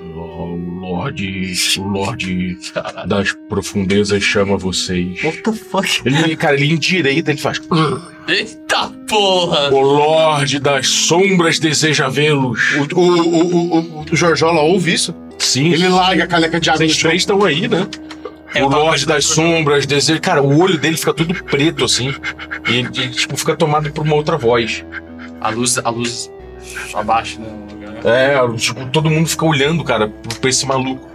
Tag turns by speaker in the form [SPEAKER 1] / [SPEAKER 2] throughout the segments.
[SPEAKER 1] o Lorde. O Lorde das profundezas chama vocês.
[SPEAKER 2] What the fuck?
[SPEAKER 1] Ele, cara, ele endireita, ele faz.
[SPEAKER 3] Eita porra!
[SPEAKER 1] O Lorde das sombras deseja vê-los.
[SPEAKER 4] O, o, o, o, o Jorjola ouve isso?
[SPEAKER 1] Sim.
[SPEAKER 4] Ele larga a caneca de água no
[SPEAKER 1] Vocês
[SPEAKER 4] chão.
[SPEAKER 1] três estão aí, né?
[SPEAKER 3] É,
[SPEAKER 1] o
[SPEAKER 3] eu tava
[SPEAKER 1] Lorde das Sombras deseja. Cara, o olho dele fica tudo preto, assim. E ele, ele, tipo, fica tomado por uma outra voz.
[SPEAKER 3] A luz, a luz abaixa, né? no lugar.
[SPEAKER 1] É, tipo, todo mundo fica olhando, cara, pra esse maluco.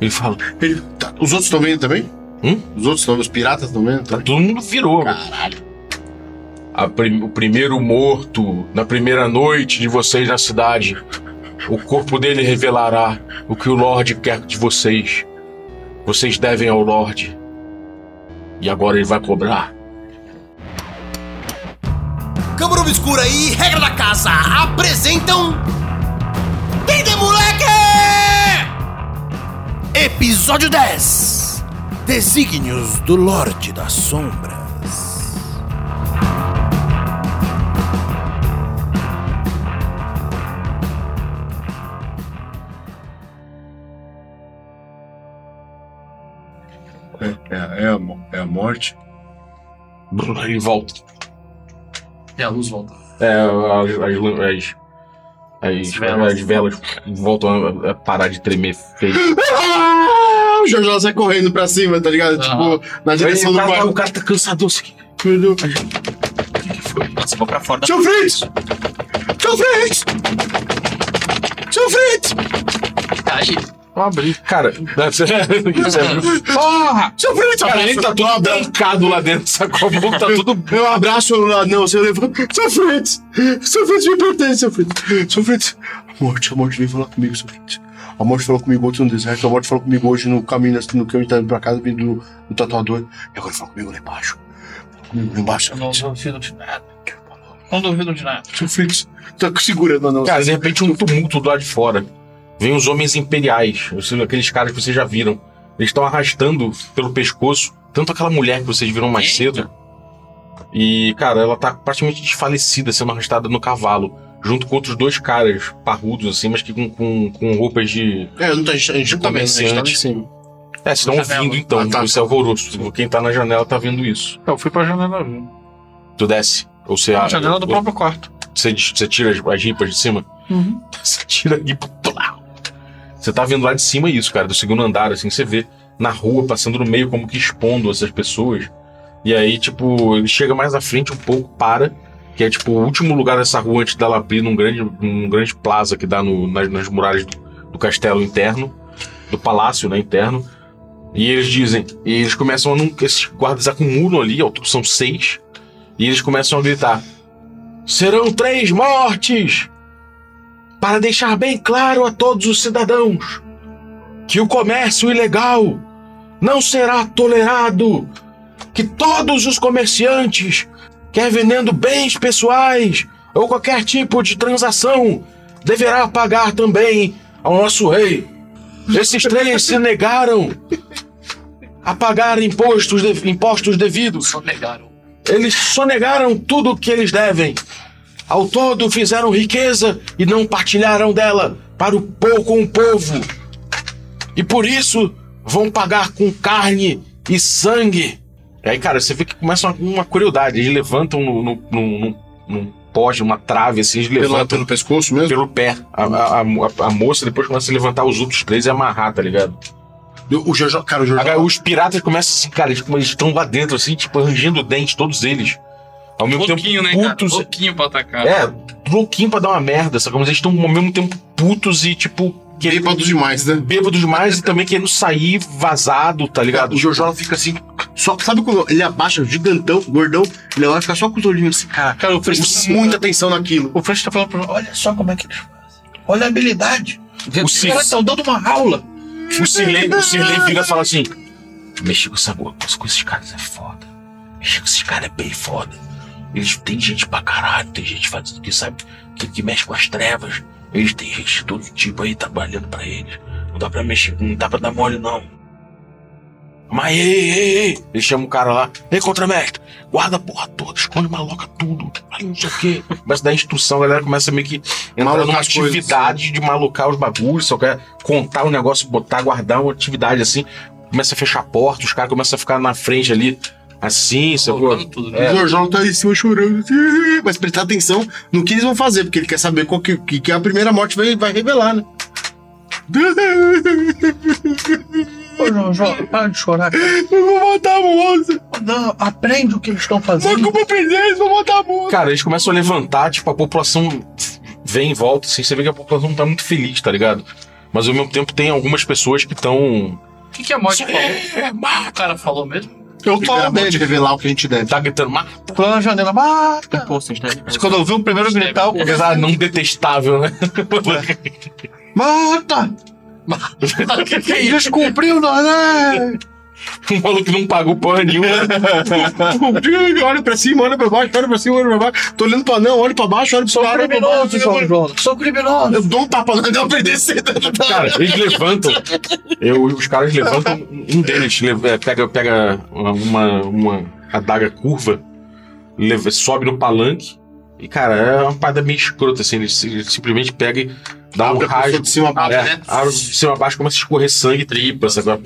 [SPEAKER 1] Ele fala,
[SPEAKER 4] Ele- tá, os outros estão vendo também?
[SPEAKER 1] Hum?
[SPEAKER 4] Os outros estão, os piratas estão vendo?
[SPEAKER 1] tá,
[SPEAKER 4] também?
[SPEAKER 1] todo mundo virou.
[SPEAKER 4] Caralho.
[SPEAKER 1] A prim- o primeiro morto na primeira noite de vocês na cidade. O corpo dele revelará o que o Lorde quer de vocês. Vocês devem ao Lorde. E agora ele vai cobrar.
[SPEAKER 5] Câmara Obscura e Regra da Casa apresentam. Dende Moleque! Episódio 10 Desígnios do Lorde das Sombras.
[SPEAKER 4] É, é, a, mo- é a morte.
[SPEAKER 1] Brrr, Ele volta.
[SPEAKER 3] E a luz volta.
[SPEAKER 1] É, as, as, lâmpadas- as, as,
[SPEAKER 3] velas.
[SPEAKER 1] as velas voltam a, a parar de tremer feio.
[SPEAKER 4] Ah, o Jorjola sai correndo pra cima, tá ligado?
[SPEAKER 3] Ah.
[SPEAKER 4] Tipo, na
[SPEAKER 1] Aí
[SPEAKER 4] direção
[SPEAKER 1] o
[SPEAKER 4] do
[SPEAKER 1] cara tá- O
[SPEAKER 4] quarto.
[SPEAKER 1] cara tá cansado. assim.
[SPEAKER 4] Meu Deus.
[SPEAKER 3] Nossa, vou pra fora da.
[SPEAKER 4] Seu Fritz! Seu Fritz! Seu Fritz!
[SPEAKER 3] Aí,
[SPEAKER 1] Abre. Cara, dá- isso é- porra!
[SPEAKER 4] Seu Fritz!
[SPEAKER 1] Cara, ele tá todo trancado lá dentro, sacou? A mão tá
[SPEAKER 4] Eu-
[SPEAKER 1] tudo
[SPEAKER 4] Eu abraço o anão, você levanta. Seu Fritz! Seu Fritz me pertence, seu Fritz! Seu Fritz! A morte, a morte veio falar comigo, seu Fritz. A morte falou comigo ontem no deserto, a morte falou comigo hoje no caminho, assim, no que eu estava indo pra casa, vindo do, do tatuador. E agora fala comigo lá embaixo. Fala comigo lá embaixo,
[SPEAKER 3] eu
[SPEAKER 4] seu
[SPEAKER 3] não
[SPEAKER 4] Fritz.
[SPEAKER 3] duvido de nada. Não duvido de nada.
[SPEAKER 4] Seu Fritz, tá segurando o anão.
[SPEAKER 1] Cara, de repente um tumulto do lado de fora. Vem os homens imperiais, ou seja, aqueles caras que vocês já viram. Eles estão arrastando pelo pescoço, tanto aquela mulher que vocês viram mais
[SPEAKER 3] Eita.
[SPEAKER 1] cedo. E, cara, ela tá praticamente desfalecida, sendo arrastada no cavalo. Junto com outros dois caras parrudos, assim, mas que com, com, com roupas de.
[SPEAKER 4] É, não tá, a gente não tá vendo, a gente tá lá em
[SPEAKER 1] Comerciante.
[SPEAKER 4] cima.
[SPEAKER 1] É, vocês estão
[SPEAKER 3] Na janela.
[SPEAKER 1] ouvindo então,
[SPEAKER 4] Ah, tá.
[SPEAKER 1] esse alvoroço. Quem tá na janela tá vendo isso.
[SPEAKER 6] Eu fui pra janela viu?
[SPEAKER 1] Tu desce. Ou você
[SPEAKER 6] A janela do
[SPEAKER 1] ou-
[SPEAKER 6] próprio quarto.
[SPEAKER 1] Você, des- você tira as, as ripas de cima?
[SPEAKER 6] Uhum.
[SPEAKER 1] Você tira a ripa. plá! Você tá vendo lá de cima isso, cara, do segundo andar, assim, você vê na rua, passando no meio, como que expondo essas pessoas. E aí, tipo, ele chega mais à frente um pouco, para, que é tipo o último lugar dessa rua antes dela abrir num grande, num grande plaza que dá no- nas, nas muralhas do, do castelo interno, do palácio, né, interno. E eles dizem, e eles começam a não. Esses guardas acumulam ali, ao todo são seis, e eles começam a gritar: Serão três mortes! Para deixar bem claro a todos os cidadãos que o comércio ilegal não será tolerado, que todos os comerciantes, quer vendendo bens pessoais ou qualquer tipo de transação, deverá pagar também ao nosso rei. Esses três se negaram a pagar impostos, de- impostos devidos.
[SPEAKER 3] Só negaram.
[SPEAKER 1] Eles sonegaram tudo o que eles devem. Ao todo fizeram riqueza e não partilharam dela para o povo com o povo. E por isso vão pagar com carne e sangue. E aí, cara, você vê que começa uma, uma crueldade. Eles levantam no, no, no- no- num poste, numa trave, assim, eles
[SPEAKER 4] Pelo,
[SPEAKER 1] levantam
[SPEAKER 4] pelo pescoço mesmo?
[SPEAKER 1] pelo pé. A, a- a- a moça depois começa a levantar os outros três e amarrar, tá ligado?
[SPEAKER 4] O Jorjola, cara, o
[SPEAKER 1] Agora,
[SPEAKER 4] Jorjola.
[SPEAKER 1] os piratas começam assim, cara, eles eles estão lá dentro, assim, tipo, rangendo o dente, todos eles. Ao mesmo
[SPEAKER 3] Louquinho, né,
[SPEAKER 1] tempo,
[SPEAKER 3] cara?
[SPEAKER 1] putos,
[SPEAKER 3] Louquinho pra atacar.
[SPEAKER 1] é, louquinho pra dar uma merda, sabe? Mas eles estão ao mesmo tempo putos e, tipo,
[SPEAKER 4] Ele
[SPEAKER 1] querendo
[SPEAKER 4] demais, né?
[SPEAKER 1] bêbados demais e também querendo sair vazado, tá ligado?
[SPEAKER 4] O Jorjola fica assim, só, sabe quando ele abaixa, gigantão, gordão, ele vai ficar só com os olhinhos assim, cara.
[SPEAKER 6] Cara, o Fritz
[SPEAKER 4] Presta muita atenção naquilo.
[SPEAKER 6] O Fritz tá falando pra mim, olha só como é que eles fazem. Olha a habilidade.
[SPEAKER 1] O,
[SPEAKER 6] Os
[SPEAKER 1] Sir,
[SPEAKER 6] caras estão dando uma aula.
[SPEAKER 1] o Sirlei o Sirlei vira e fala assim: Mexer com essa coisa com esses caras é foda. Mexer com esses caras é bem foda. Eles têm gente pra caralho, tem gente fazendo que sabe, que, que mexe com as trevas. Eles têm gente de todo tipo aí trabalhando pra eles. Não dá pra mexer, não dá pra dar mole, não. Mas ei, ei, ei! Ele chama o cara lá. Ei, contramestre, guarda a porra toda, esconde maloca tudo. ai, não sei o quê. Começa a dar instrução, a galera começa meio que entrar
[SPEAKER 4] Malucar
[SPEAKER 1] numa
[SPEAKER 4] as coisas,
[SPEAKER 1] atividade de malucar os bagulhos, só quer contar o negócio, botar, guardar uma atividade assim. Começa a fechar a porta, os caras começam a ficar na frente ali, assim, sacou?
[SPEAKER 3] Voltando tudo,
[SPEAKER 1] É.
[SPEAKER 3] né?
[SPEAKER 4] O Jorjão tá aí em cima chorando. Mas prestar atenção no que eles vão fazer, porque ele quer saber qual que, que, que a primeira morte vai, vai revelar, né?
[SPEAKER 6] Ô, João, João, para de chorar. cara.
[SPEAKER 4] Eu vou matar a moça!
[SPEAKER 6] Não, aprende o que eles estão
[SPEAKER 4] Mas
[SPEAKER 6] fazendo.
[SPEAKER 4] como eu fiz isso, vou matar a moça!
[SPEAKER 1] Cara, eles começam a levantar, tipo, a população vem em volta, assim, você vê que a população não tá muito feliz, tá ligado? Mas ao mesmo tempo tem algumas pessoas que estão.
[SPEAKER 3] O que, que a morte falou? O cara falou mesmo?
[SPEAKER 4] Eu
[SPEAKER 2] Primeira
[SPEAKER 4] falo
[SPEAKER 2] morte
[SPEAKER 4] dele.
[SPEAKER 2] revelar o que a gente deve.
[SPEAKER 1] Tá gritando, mas
[SPEAKER 6] Pulando na janela, mata.
[SPEAKER 2] Pô, vocês devem.
[SPEAKER 4] Mas Quando eu vi o primeiro
[SPEAKER 6] é
[SPEAKER 4] gritar, eu
[SPEAKER 1] apesar de não detestável, né?
[SPEAKER 4] Mata!
[SPEAKER 3] O que, que é isso?
[SPEAKER 4] Descumpriu, né?
[SPEAKER 1] Um maluco que não pagou porra nenhuma.
[SPEAKER 4] olha pra cima, olha pra baixo, olha pra cima, olha pra baixo. Tô olhando pra não, olho pra baixo, olho pra
[SPEAKER 6] Sou
[SPEAKER 4] cima, olho pra baixo.
[SPEAKER 6] criminoso, João, João. Sou criminoso.
[SPEAKER 4] Eu dou um tapa na não perder
[SPEAKER 1] Cara, eles levantam. Eu, os caras levantam. Um deles leva- é, pega, pega uma, uma adaga curva, leva- sobe no palanque. E, cara, é uma parada meio escrota, assim. Ele, si- ele simplesmente pega e dá um
[SPEAKER 4] Abre a pessoa
[SPEAKER 1] rasgo.
[SPEAKER 4] de cima a baixo.
[SPEAKER 1] é,
[SPEAKER 3] né?
[SPEAKER 1] abre de cima a baixo, começa a escorrer sangue e tripa, sabe?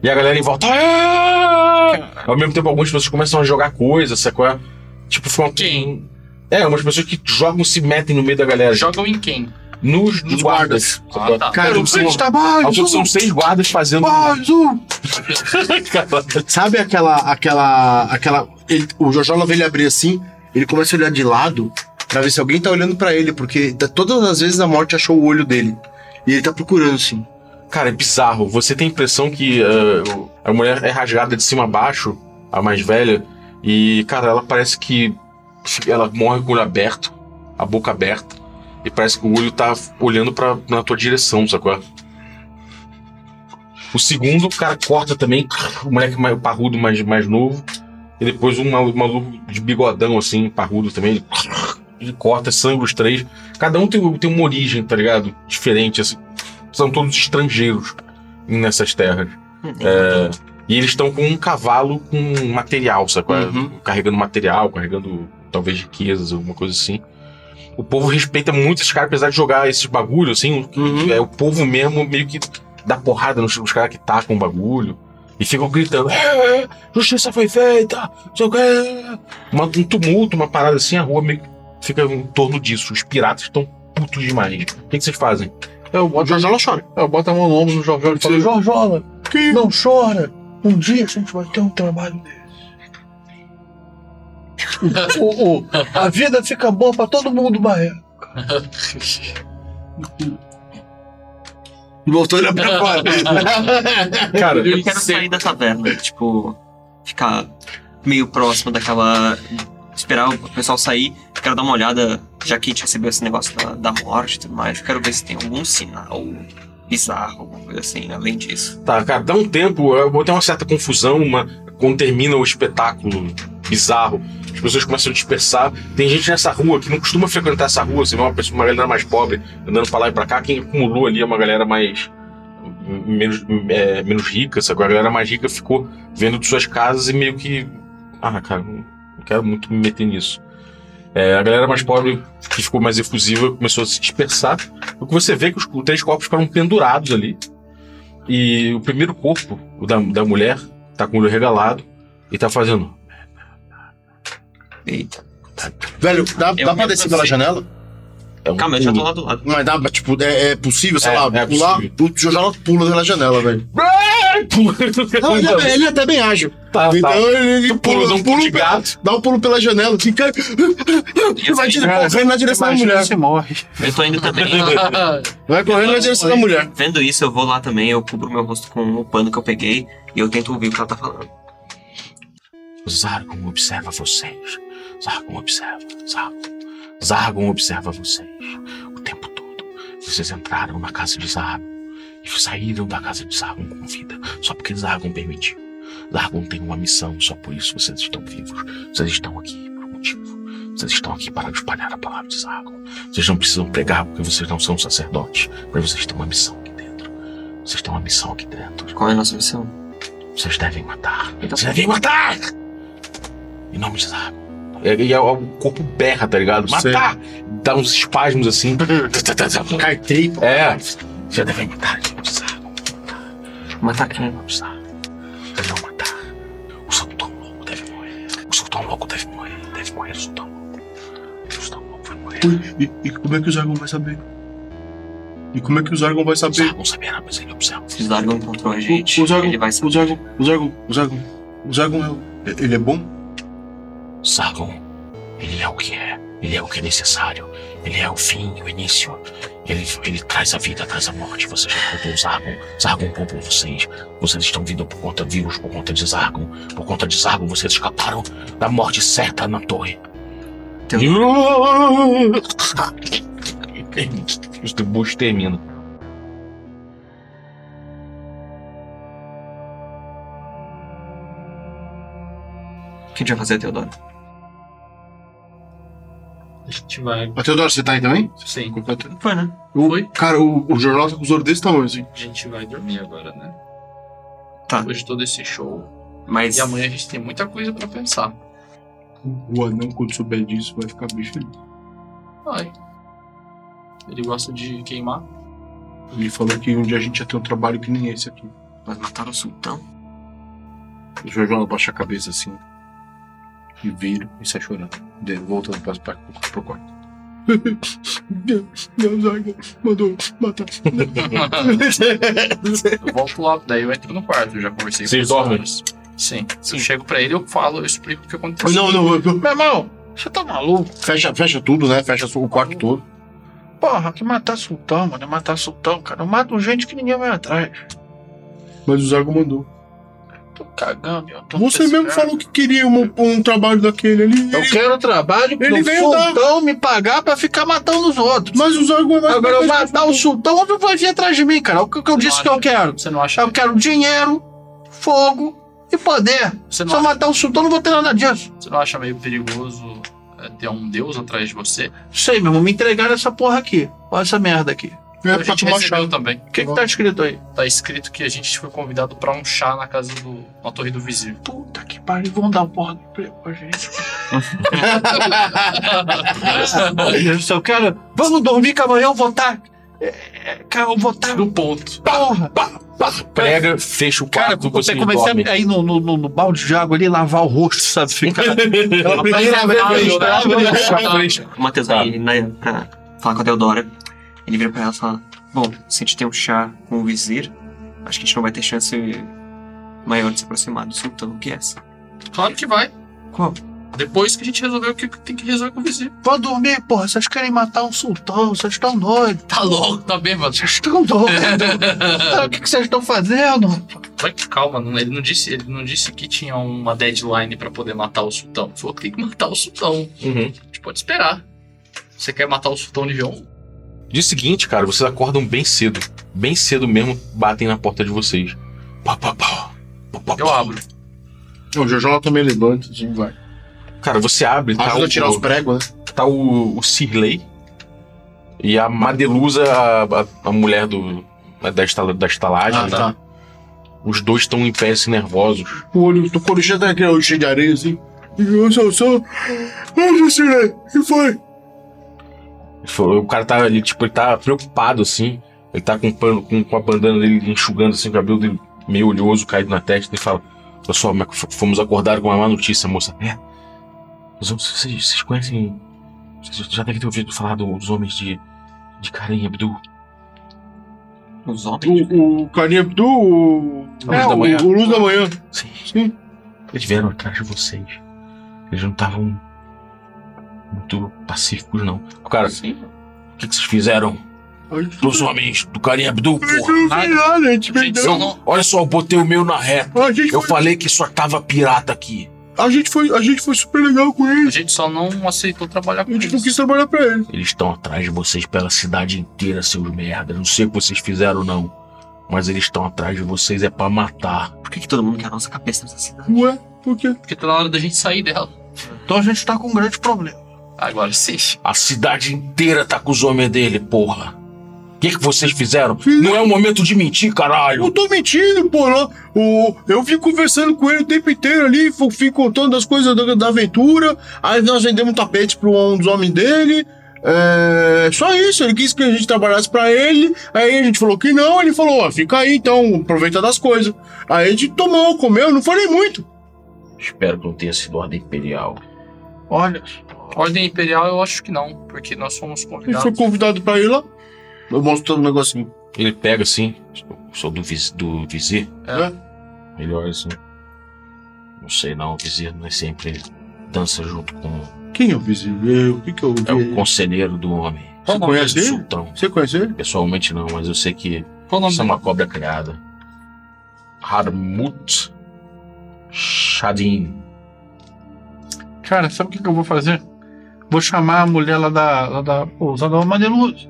[SPEAKER 1] E a galera em volta. "Ah!" Ao mesmo tempo, algumas pessoas começam a jogar coisa, sacou? É? Tipo, ficam.
[SPEAKER 3] Quem?
[SPEAKER 1] É, umas pessoas que jogam, se metem no meio da galera.
[SPEAKER 3] Jogam em quem?
[SPEAKER 1] Nos, nos
[SPEAKER 4] Nos
[SPEAKER 1] guardas. sacou?
[SPEAKER 3] Ah, tá.
[SPEAKER 4] Cara,
[SPEAKER 1] Cara,
[SPEAKER 4] eu tá
[SPEAKER 1] Aos
[SPEAKER 4] mais um,
[SPEAKER 1] outros são seis guardas fazendo.
[SPEAKER 4] mais um.
[SPEAKER 1] Caralho.
[SPEAKER 4] Sabe aquela. aquela. aquela. ele- o Jojo ela vê ele abrir assim, ele começa a olhar de lado pra ver se alguém tá olhando pra ele, porque da- todas as vezes a morte achou o olho dele. E ele tá procurando, assim.
[SPEAKER 1] Cara, é bizarro. Você tem a impressão que eh, o- a mulher é rasgada de cima a baixo, a mais velha, e, cara, ela parece que ela morre com o olho aberto, a boca aberta, e parece que o olho tá olhando pra, na tua direção, sacou? O segundo, o cara corta também, o moleque mais, parrudo mais, mais novo, e depois um malu- maluco de bigodão, assim, parrudo também, ele, ele corta, sangue os três. Cada um tem, tem uma origem, tá ligado? Diferente, assim são todos estrangeiros nessas terras. É, e eles estão com um cavalo com material, sacou?
[SPEAKER 3] Uhum.
[SPEAKER 1] Carregando material, carregando talvez riquezas, alguma coisa assim. O povo respeita muito esses caras, apesar de jogar esses bagulho, assim. É o povo mesmo meio que dá porrada nos, nos caras que tacam o bagulho. E ficam gritando: "É, é, justiça foi feita! não sei o quê." Uma- um tumulto, uma parada assim, a rua meio que fica em torno disso. Os piratas estão putos demais. O que que vocês fazem?
[SPEAKER 2] Eu
[SPEAKER 4] O
[SPEAKER 2] boto,
[SPEAKER 4] Jojo ela chora.
[SPEAKER 2] eu boto a mão no ombro do Jorjão e falo:
[SPEAKER 6] João, João, não chora. Um dia a gente vai ter um trabalho desse. O- o- a vida fica boa pra todo mundo,
[SPEAKER 4] é.
[SPEAKER 6] Bahia.
[SPEAKER 4] E voltou a olhar pra fora.
[SPEAKER 1] Cara,
[SPEAKER 2] Eu quero sair da taverna, tipo, ficar meio próximo daquela. Esperar o pessoal sair, eu quero dar uma olhada, já que a gente recebeu esse negócio da, da morte e tudo mais, eu quero ver se tem algum sinal bizarro, alguma coisa assim, além disso.
[SPEAKER 1] Tá, cara, dá um tempo, eu vou ter uma certa confusão, uma, quando termina o espetáculo bizarro, as pessoas começam a dispersar. Tem gente nessa rua que não costuma frequentar essa rua, você vê uma, pessoa, uma galera mais pobre andando pra lá e pra cá. Quem acumulou ali é uma galera mais. menos, é, menos rica, sacou? A galera mais rica ficou vendo de suas casas e meio que. Ah, cara, não não quero muito me meter nisso. É, a galera mais pobre, que ficou mais efusiva, começou a se dispersar. O que você vê é que os três corpos ficaram pendurados ali. E o primeiro corpo, o da, da mulher, tá com o olho regalado e tá fazendo.
[SPEAKER 2] Eita.
[SPEAKER 4] Velho, dá,
[SPEAKER 2] Eu
[SPEAKER 4] dá pra
[SPEAKER 2] me
[SPEAKER 4] descer pela
[SPEAKER 1] assim.
[SPEAKER 2] cansei.
[SPEAKER 4] janela?
[SPEAKER 1] É um
[SPEAKER 2] Calma, eu já tô
[SPEAKER 1] pulo.
[SPEAKER 2] lá do lado.
[SPEAKER 4] Mas dá, pra, tipo, é, é possível, sei
[SPEAKER 1] É,
[SPEAKER 4] lá,
[SPEAKER 1] é
[SPEAKER 4] pular.
[SPEAKER 1] possível.
[SPEAKER 4] O Jojo ela pula pela janela, velho. Não, ele,
[SPEAKER 1] Então,
[SPEAKER 4] é, ele é até bem ágil.
[SPEAKER 1] tá,
[SPEAKER 4] então
[SPEAKER 1] tá.
[SPEAKER 4] ele, ele
[SPEAKER 1] Tu pula, dá um pulo de
[SPEAKER 4] pela-
[SPEAKER 1] gato.
[SPEAKER 4] Dá um pulo pela janela, que cai. E vai dire-
[SPEAKER 2] Cara,
[SPEAKER 4] correndo na direção da mulher.
[SPEAKER 2] Você morre. Eu tô indo também.
[SPEAKER 4] Vai correndo na direção da mulher.
[SPEAKER 2] Vendo isso, eu vou lá também, eu cubro meu rosto com o pano que eu peguei e eu tento ouvir o que ela tá falando.
[SPEAKER 1] Zargon observa vocês. Zargon observa. Zargon. Zargon observa vocês. O tempo todo. Vocês entraram na casa de Zargon e saíram da casa de Zargon com vida. Só porque Zargon permitiu. Zargon tem uma missão, só por isso vocês estão vivos. Vocês estão aqui por um motivo. Vocês estão aqui para espalhar a palavra de Zargon. Vocês não precisam pregar porque vocês não são sacerdotes, mas vocês têm uma missão aqui dentro. Vocês têm uma missão aqui dentro.
[SPEAKER 2] Qual é a nossa missão?
[SPEAKER 1] Vocês devem matar.
[SPEAKER 2] Então-
[SPEAKER 1] Vocês devem matar! Em nome de Zago. É, e é- o corpo berra, tá ligado?
[SPEAKER 4] Sei.
[SPEAKER 1] Matar! Dá uns espasmos assim. Tá, tá, tá.
[SPEAKER 4] Cai tripa.
[SPEAKER 1] É. Já devem matar, já matar,
[SPEAKER 2] Matar quem?
[SPEAKER 1] matar. Não matar. O sultão louco deve morrer. O sultão louco deve morrer. Deve morrer o sultão louco. O sultão louco vai morrer.
[SPEAKER 4] Ui, E, e como é que o Zargon vai saber? E como é que o Zargon vai
[SPEAKER 1] Os
[SPEAKER 4] saber?
[SPEAKER 1] não saberá, mas ele observa.
[SPEAKER 2] Se o Zargon encontrou a gente,
[SPEAKER 4] o Zargon,
[SPEAKER 2] ele vai
[SPEAKER 4] o
[SPEAKER 2] saber.
[SPEAKER 4] Zargon, o Zargon, o Zargon, o Zargon, é o- ele é bom?
[SPEAKER 1] Sargon, ele é o que é. Ele é o que é necessário. Ele é o fim, o início. Ele, ele traz a vida, traz a morte. Vocês já encontram o Sargon. Sargon poupou vocês. Vocês estão vindo por conta vivos, por conta de Sargon. Por conta de Sargon, vocês escaparam da morte certa na torre.
[SPEAKER 2] Então-
[SPEAKER 1] Os debus terminam.
[SPEAKER 2] O que a gente vai fazer, Teodoro?
[SPEAKER 3] A gente vai.
[SPEAKER 4] A Teodoro, você tá aí também?
[SPEAKER 3] Sim.
[SPEAKER 4] Completo.
[SPEAKER 2] Foi, né?
[SPEAKER 4] O-
[SPEAKER 3] Foi?
[SPEAKER 4] Cara, o, o jornal tá com os olhos desse tamanho, assim.
[SPEAKER 3] A gente vai dormir agora, né?
[SPEAKER 2] Tá.
[SPEAKER 3] Depois de todo esse show.
[SPEAKER 2] Mas
[SPEAKER 3] E amanhã a gente tem muita coisa pra pensar.
[SPEAKER 4] O anão, quando souber disso, vai ficar bem feliz.
[SPEAKER 3] Vai. Ele gosta de queimar.
[SPEAKER 4] Ele falou que um dia a gente ia ter um trabalho que nem esse aqui.
[SPEAKER 2] nós mataram o sultão?
[SPEAKER 4] O Jornal abaixa a cabeça assim. E vira e sai chorando. De- Voltando pra, pra, pro quarto. Meu Zargon mandou matar.
[SPEAKER 3] Eu volto lá, daí eu entro no quarto. Eu já conversei
[SPEAKER 1] Vocês
[SPEAKER 3] com os
[SPEAKER 1] dormem?
[SPEAKER 3] caras. Sim. Eu chego pra ele, eu falo, eu explico o que aconteceu.
[SPEAKER 4] não, não, não.
[SPEAKER 6] Meu irmão, você tá maluco?
[SPEAKER 4] Fecha, fecha tudo, né? Fecha o quarto todo.
[SPEAKER 6] Porra, que matar sultão, mano. É matar sultão, cara. Eu mato gente que ninguém vai atrás.
[SPEAKER 4] Mas o Zargon mandou.
[SPEAKER 6] Tô cagando, eu tô
[SPEAKER 4] Você mesmo
[SPEAKER 6] pescando.
[SPEAKER 4] falou que queria um, um trabalho daquele ali.
[SPEAKER 3] Então,
[SPEAKER 6] Eu quero trabalho
[SPEAKER 4] Ele
[SPEAKER 6] pro
[SPEAKER 4] veio dar-
[SPEAKER 6] sultão me pagar pra ficar matando os outros.
[SPEAKER 4] Mas o Zargon é mais
[SPEAKER 6] Agora eu
[SPEAKER 4] mais-
[SPEAKER 6] matar o sultão, outro vai vir atrás de mim, cara. O que que eu disse que eu quero?
[SPEAKER 3] Você não acha?
[SPEAKER 6] Eu quero dinheiro, fogo e poder.
[SPEAKER 3] Você
[SPEAKER 6] Se eu
[SPEAKER 3] não,
[SPEAKER 6] matar o sultão, não vou ter nada disso.
[SPEAKER 3] você não acha meio perigoso é, ter um deus atrás de você?
[SPEAKER 6] Sei, meu irmão, me entregaram essa porra aqui. Olha essa merda aqui.
[SPEAKER 4] É
[SPEAKER 3] a
[SPEAKER 4] pra
[SPEAKER 3] gente
[SPEAKER 4] tomar
[SPEAKER 3] recebeu
[SPEAKER 4] chá.
[SPEAKER 3] também.
[SPEAKER 6] O que, que tá escrito aí?
[SPEAKER 3] Tá escrito que a gente foi convidado pra um chá na casa do. na Torre do Vizinho.
[SPEAKER 4] Tá.
[SPEAKER 6] Puta que pariu, vão dar porra do emprego pra gente. Meu Deus do céu, cara, vamos dormir que amanhã eu vou estar. Cara, eu vou tá. estar.
[SPEAKER 3] Do ponto.
[SPEAKER 6] Porra!
[SPEAKER 1] Prega, fecha o
[SPEAKER 6] Cara,
[SPEAKER 1] quarto,
[SPEAKER 6] você
[SPEAKER 1] vocês
[SPEAKER 6] começa
[SPEAKER 1] dormem.
[SPEAKER 6] a aí no, no, no, no balde de água ali, lavar o rosto, sabe? Ficar. Pela primeira
[SPEAKER 3] vez, né?
[SPEAKER 2] O Matheus,
[SPEAKER 1] Tá.
[SPEAKER 2] aí, né, pra falar com a Teodora, ele vira pra ela e fala: Bom, se a gente tem um chá com o vizir, acho que a gente não vai ter chance maior de se aproximar do sultão que essa.
[SPEAKER 3] tá. Claro que vai.
[SPEAKER 2] Qual?
[SPEAKER 3] Depois que a gente resolver o que tem que resolver com o vizinho.
[SPEAKER 6] Vou dormir, porra. Vocês querem matar um sultão, vocês estão doidos.
[SPEAKER 3] Tá louco, tá bêbado.
[SPEAKER 6] Vocês estão doidos. Cara, o que que vocês estão fazendo?
[SPEAKER 3] Vai com calma, não- ele não disse, ele não disse que tinha uma deadline pra poder matar o sultão. Ele falou que tem que matar o sultão.
[SPEAKER 1] Uhum.
[SPEAKER 3] A gente pode esperar. Você quer matar o sultão nível 1?
[SPEAKER 1] Dia seguinte, cara, vocês acordam bem cedo. Bem cedo mesmo, batem na porta de vocês. Pá, pá, pá. Pá, pá,
[SPEAKER 3] Eu
[SPEAKER 1] pá.
[SPEAKER 3] abro.
[SPEAKER 4] O Jornal também levanta, assim, vai.
[SPEAKER 1] Cara, você abre, tá
[SPEAKER 4] Ajuda a tirar
[SPEAKER 1] o,
[SPEAKER 4] os pregos, né?
[SPEAKER 1] tá o, o Sirley e a Madelusa, a, a- a mulher do, da, estala, da estalagem. né?
[SPEAKER 4] Ah, tá.
[SPEAKER 1] Os dois estão em pé, assim, nervosos.
[SPEAKER 4] O olho do Corinthians tá aqui, ó, cheio de areia, assim. E eu sou só. Ai, Juscelê, o que foi?
[SPEAKER 1] O cara tá ali, tipo, ele tá preocupado, assim. Ele tá com, o pano- com, com a bandana dele enxugando, assim, o cabelo dele meio olhoso, caído na testa. Ele fala: Pessoal, mas f- fomos acordar com uma má notícia, moça. É. Os homens, vocês, vocês conhecem. Vocês já devem ter ouvido falar do- dos homens de. de Karen Abdul.
[SPEAKER 2] Os homens?
[SPEAKER 4] O, o carinha do. O, É,
[SPEAKER 1] Luz da
[SPEAKER 4] o-
[SPEAKER 1] Manhã.
[SPEAKER 4] o Luz da Manhã.
[SPEAKER 1] Sim.
[SPEAKER 4] Sim.
[SPEAKER 1] Eles vieram atrás de vocês. Eles não estavam. muito pacíficos, não. Cara,
[SPEAKER 2] Sim.
[SPEAKER 1] o que, que vocês fizeram
[SPEAKER 4] A gente
[SPEAKER 1] dos homens do Karen Abdul,
[SPEAKER 4] a gente
[SPEAKER 1] porra?
[SPEAKER 4] não fez nada, a gente
[SPEAKER 3] Gente,
[SPEAKER 4] perdeu.
[SPEAKER 3] só
[SPEAKER 1] Eu-
[SPEAKER 3] não-
[SPEAKER 1] olha só, eu botei o meu na reta.
[SPEAKER 4] A gente,
[SPEAKER 1] Eu
[SPEAKER 4] foi,
[SPEAKER 1] falei que só tava pirata aqui.
[SPEAKER 4] a, gente foi, a gente foi super legal com
[SPEAKER 3] a
[SPEAKER 4] eles.
[SPEAKER 3] gente só não aceitou trabalhar
[SPEAKER 4] A
[SPEAKER 3] com
[SPEAKER 4] gente não
[SPEAKER 3] eles.
[SPEAKER 4] quis trabalhar pra eles.
[SPEAKER 1] Eles estão atrás de vocês pela cidade inteira, seus merdas. Não sei o que vocês fizeram, não. Mas eles estão atrás de vocês é pra matar.
[SPEAKER 2] Por que, que todo mundo quer a nossa cabeça nessa cidade?
[SPEAKER 4] Ué, é? por quê?
[SPEAKER 3] Porque tá na hora da gente sair dela.
[SPEAKER 6] Então a gente tá com um grande problema.
[SPEAKER 3] Agora sim.
[SPEAKER 1] A cidade inteira tá com os homens dele, porra. que, que vocês fizeram? Não é o momento de mentir,
[SPEAKER 4] Eu
[SPEAKER 1] caralho.
[SPEAKER 4] tô mentindo, pô. lá. O, eu vim conversando com ele o tempo inteiro ali, fo- fui contando as coisas da, da aventura. Aí nós vendemos um tapete pra um dos homens dele. É, só isso, ele quis que a gente trabalhasse pra ele. Aí a gente falou que não, ele falou: ó, fica aí então, aproveita das coisas. Aí a gente tomou, comeu, não falei muito.
[SPEAKER 1] Espero que não tenha sido ordem imperial.
[SPEAKER 3] Olha, Ordem Imperial eu acho que não, porque nós fomos
[SPEAKER 4] Ele
[SPEAKER 3] convidados.
[SPEAKER 4] foi convidado pra ir lá. Eu mostro todo o negocinho.
[SPEAKER 1] Ele pega assim, sou do, viz, do vizir.
[SPEAKER 4] É.
[SPEAKER 1] Ele olha assim. Não sei não, o vizir não é sempre dança junto com
[SPEAKER 4] Quem é o vizinho? O que, que eu
[SPEAKER 1] é o
[SPEAKER 4] vi?
[SPEAKER 1] conselheiro do homem.
[SPEAKER 4] Você conhece ele?
[SPEAKER 1] Sultão.
[SPEAKER 4] Você conhece ele?
[SPEAKER 1] Pessoalmente não, mas eu sei que
[SPEAKER 3] Qual o nome
[SPEAKER 1] isso é
[SPEAKER 3] dele?
[SPEAKER 1] uma cobra criada. Harmut Shadin.
[SPEAKER 6] Cara, sabe o que, que eu vou fazer? Vou chamar a mulher lá da, lá da pousada, ô Madeluz.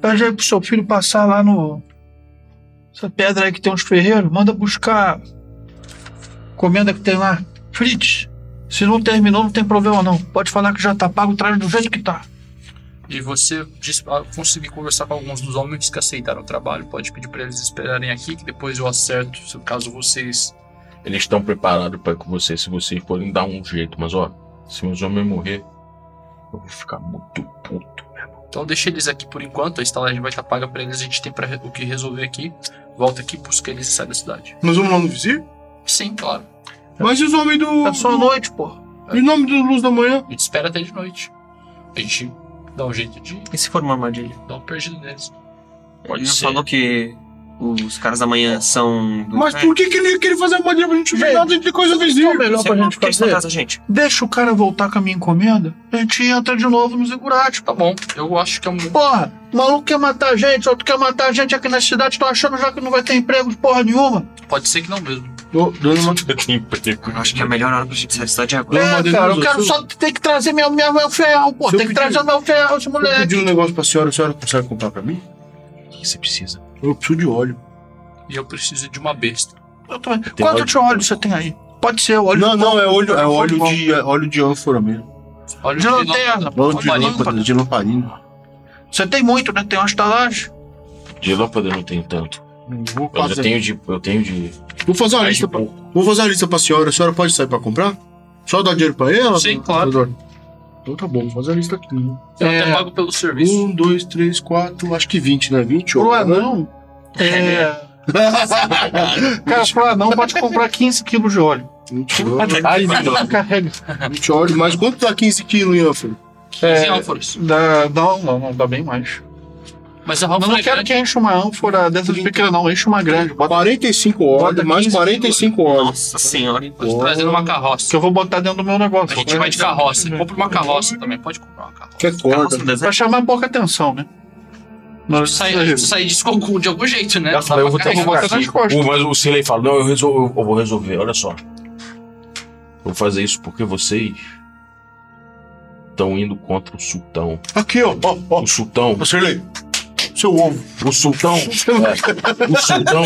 [SPEAKER 6] Pede aí pro seu filho passar lá no. Essa pedra aí que tem uns ferreiros, manda buscar. Comenda que tem lá. Fritz, se não terminou, não tem problema não. Pode falar que já tá pago, traz do jeito que tá.
[SPEAKER 3] E você disse pra conseguir conversar com alguns dos homens que aceitaram o trabalho. Pode pedir pra eles esperarem aqui, que depois eu acerto, se caso vocês.
[SPEAKER 1] Eles estão preparados para que vocês, se vocês forem dar um jeito, mas ó, se meus homens morrer, eu vou ficar muito puto.
[SPEAKER 3] Então deixa eles aqui por enquanto, a estalagem vai estar paga pra eles, a gente tem pra re- o que resolver aqui. Volta aqui, busca eles e sai da cidade.
[SPEAKER 4] Nós vamos lá no vizinho?
[SPEAKER 3] Sim, claro.
[SPEAKER 4] Mas e os homens do.
[SPEAKER 6] É só noite, pô.
[SPEAKER 4] E o nome do Luz da Manhã?
[SPEAKER 3] A gente espera até de noite. A gente dá um jeito de
[SPEAKER 2] E se for uma armadilha?
[SPEAKER 3] dar um perdido neles.
[SPEAKER 1] Pode
[SPEAKER 2] Ele não
[SPEAKER 1] ser.
[SPEAKER 2] falou que os caras da manhã são. Do...
[SPEAKER 4] Mas
[SPEAKER 2] É,
[SPEAKER 4] por que, é que ele queria fazer armadilha pra gente ver
[SPEAKER 6] Gente,
[SPEAKER 4] nada de coisa
[SPEAKER 6] Qual
[SPEAKER 4] vizinha?
[SPEAKER 6] o melhor
[SPEAKER 2] sei
[SPEAKER 6] pra
[SPEAKER 2] lá,
[SPEAKER 6] gente
[SPEAKER 2] por que é eles não
[SPEAKER 6] fazer?
[SPEAKER 2] trazem a gente?
[SPEAKER 6] Deixa o cara voltar com a minha encomenda, a gente entra de novo nos Igurate,
[SPEAKER 3] Tá bom, eu acho que é um.
[SPEAKER 6] Porra, o maluco quer matar a gente, outro quer matar a gente aqui na cidade, tô achando já que não vai ter emprego de porra nenhuma.
[SPEAKER 3] Pode ser que não mesmo.
[SPEAKER 4] Ô, Dona Ma-
[SPEAKER 1] Tem emprego.
[SPEAKER 2] Eu acho que é a melhor hora pra gente sair da cidade é agora.
[SPEAKER 4] Não, mas
[SPEAKER 6] é,
[SPEAKER 4] Deus,
[SPEAKER 6] cara,
[SPEAKER 4] eu
[SPEAKER 6] eu quero
[SPEAKER 4] sou-
[SPEAKER 6] só ter que trazer meu, meu, meu ferro, pô.
[SPEAKER 4] Se eu
[SPEAKER 6] Tem que
[SPEAKER 4] pedir-
[SPEAKER 6] trazer meu ferro, esse
[SPEAKER 4] Eu
[SPEAKER 6] moleque.
[SPEAKER 4] pedi um negócio pra senhora, a senhora consegue comprar pra mim?
[SPEAKER 1] O que você precisa?
[SPEAKER 4] Eu preciso de óleo.
[SPEAKER 3] E eu preciso de uma besta.
[SPEAKER 6] Eu tô-
[SPEAKER 1] Tem
[SPEAKER 6] Quanto
[SPEAKER 1] óleo
[SPEAKER 6] de
[SPEAKER 1] de
[SPEAKER 6] óleo
[SPEAKER 1] coco.
[SPEAKER 6] você tem aí? Pode ser óleo
[SPEAKER 4] não,
[SPEAKER 6] de
[SPEAKER 4] não,
[SPEAKER 6] coco.
[SPEAKER 4] é óleo, é óleo
[SPEAKER 6] coco.
[SPEAKER 4] de, é óleo de ânfora mesmo.
[SPEAKER 3] Olha
[SPEAKER 6] De lanterna, pô.
[SPEAKER 4] Óleo de
[SPEAKER 3] Lamparina.
[SPEAKER 4] lâmpada, de lamparina.
[SPEAKER 6] Você tem muito, né? Tem uma estalagem.
[SPEAKER 1] De lâmpada eu não tenho tanto.
[SPEAKER 4] Vou
[SPEAKER 1] Mas eu
[SPEAKER 4] fazer,
[SPEAKER 1] tenho de. Eu tenho de.
[SPEAKER 4] vou fazer uma
[SPEAKER 1] mais de
[SPEAKER 4] lista pra,
[SPEAKER 1] pouco.
[SPEAKER 4] vou fazer uma lista pra senhora, a senhora pode sair pra comprar? Só dar dinheiro pra ela?
[SPEAKER 3] Sim, claro.
[SPEAKER 4] Dona- Então tá bom, vou fazer a lista aqui. né?
[SPEAKER 3] Eu até
[SPEAKER 6] É.
[SPEAKER 3] pago pelo serviço.
[SPEAKER 4] Um, dois, três, quatro, acho que 20, né? 20
[SPEAKER 6] Pro
[SPEAKER 4] ou...
[SPEAKER 6] anão. É. Cara, pro anão pode comprar 15 quilos de óleo.
[SPEAKER 4] 20 óleo,
[SPEAKER 6] Aí carrega.
[SPEAKER 4] 20 óleo, mas quanto tá dá 15 quilos em ânfora?
[SPEAKER 3] É.
[SPEAKER 6] É, dá, não, não, não, dá bem mais.
[SPEAKER 3] Mas a
[SPEAKER 6] Eu
[SPEAKER 3] Ralph
[SPEAKER 6] não
[SPEAKER 3] é
[SPEAKER 6] quero
[SPEAKER 3] grande.
[SPEAKER 6] que enche uma ânfora dessas pequenas, não. Enche uma grande. Bota,
[SPEAKER 4] 45 óleo,
[SPEAKER 6] Bota
[SPEAKER 4] mais
[SPEAKER 6] 15
[SPEAKER 4] 45 óleo.
[SPEAKER 2] Nossa senhora. hein?
[SPEAKER 3] Tô trazendo uma carroça.
[SPEAKER 6] que eu vou botar dentro do meu negócio.
[SPEAKER 3] A gente vai de carroça. Compra uma carroça também. Pode comprar uma carroça.
[SPEAKER 4] Quer
[SPEAKER 2] Carroça
[SPEAKER 4] corda?
[SPEAKER 2] no Tá deserto?
[SPEAKER 6] Pra chamar pouca atenção, né? é Nós
[SPEAKER 3] Sair sai disso com- de algum jeito, né?
[SPEAKER 1] Ela fala, eu vou ter que
[SPEAKER 6] carregar
[SPEAKER 1] botar
[SPEAKER 6] nas
[SPEAKER 1] aqui.
[SPEAKER 6] costas.
[SPEAKER 1] O, mas o Silei fala: Não, eu, resol- eu vou resolver, olha só. Eu Vou fazer isso porque vocês. Estão indo contra o sultão.
[SPEAKER 4] Aqui, ó, ó, ó.
[SPEAKER 1] O sultão.
[SPEAKER 4] Sirley, seu ovo.
[SPEAKER 1] O sultão. é, o sultão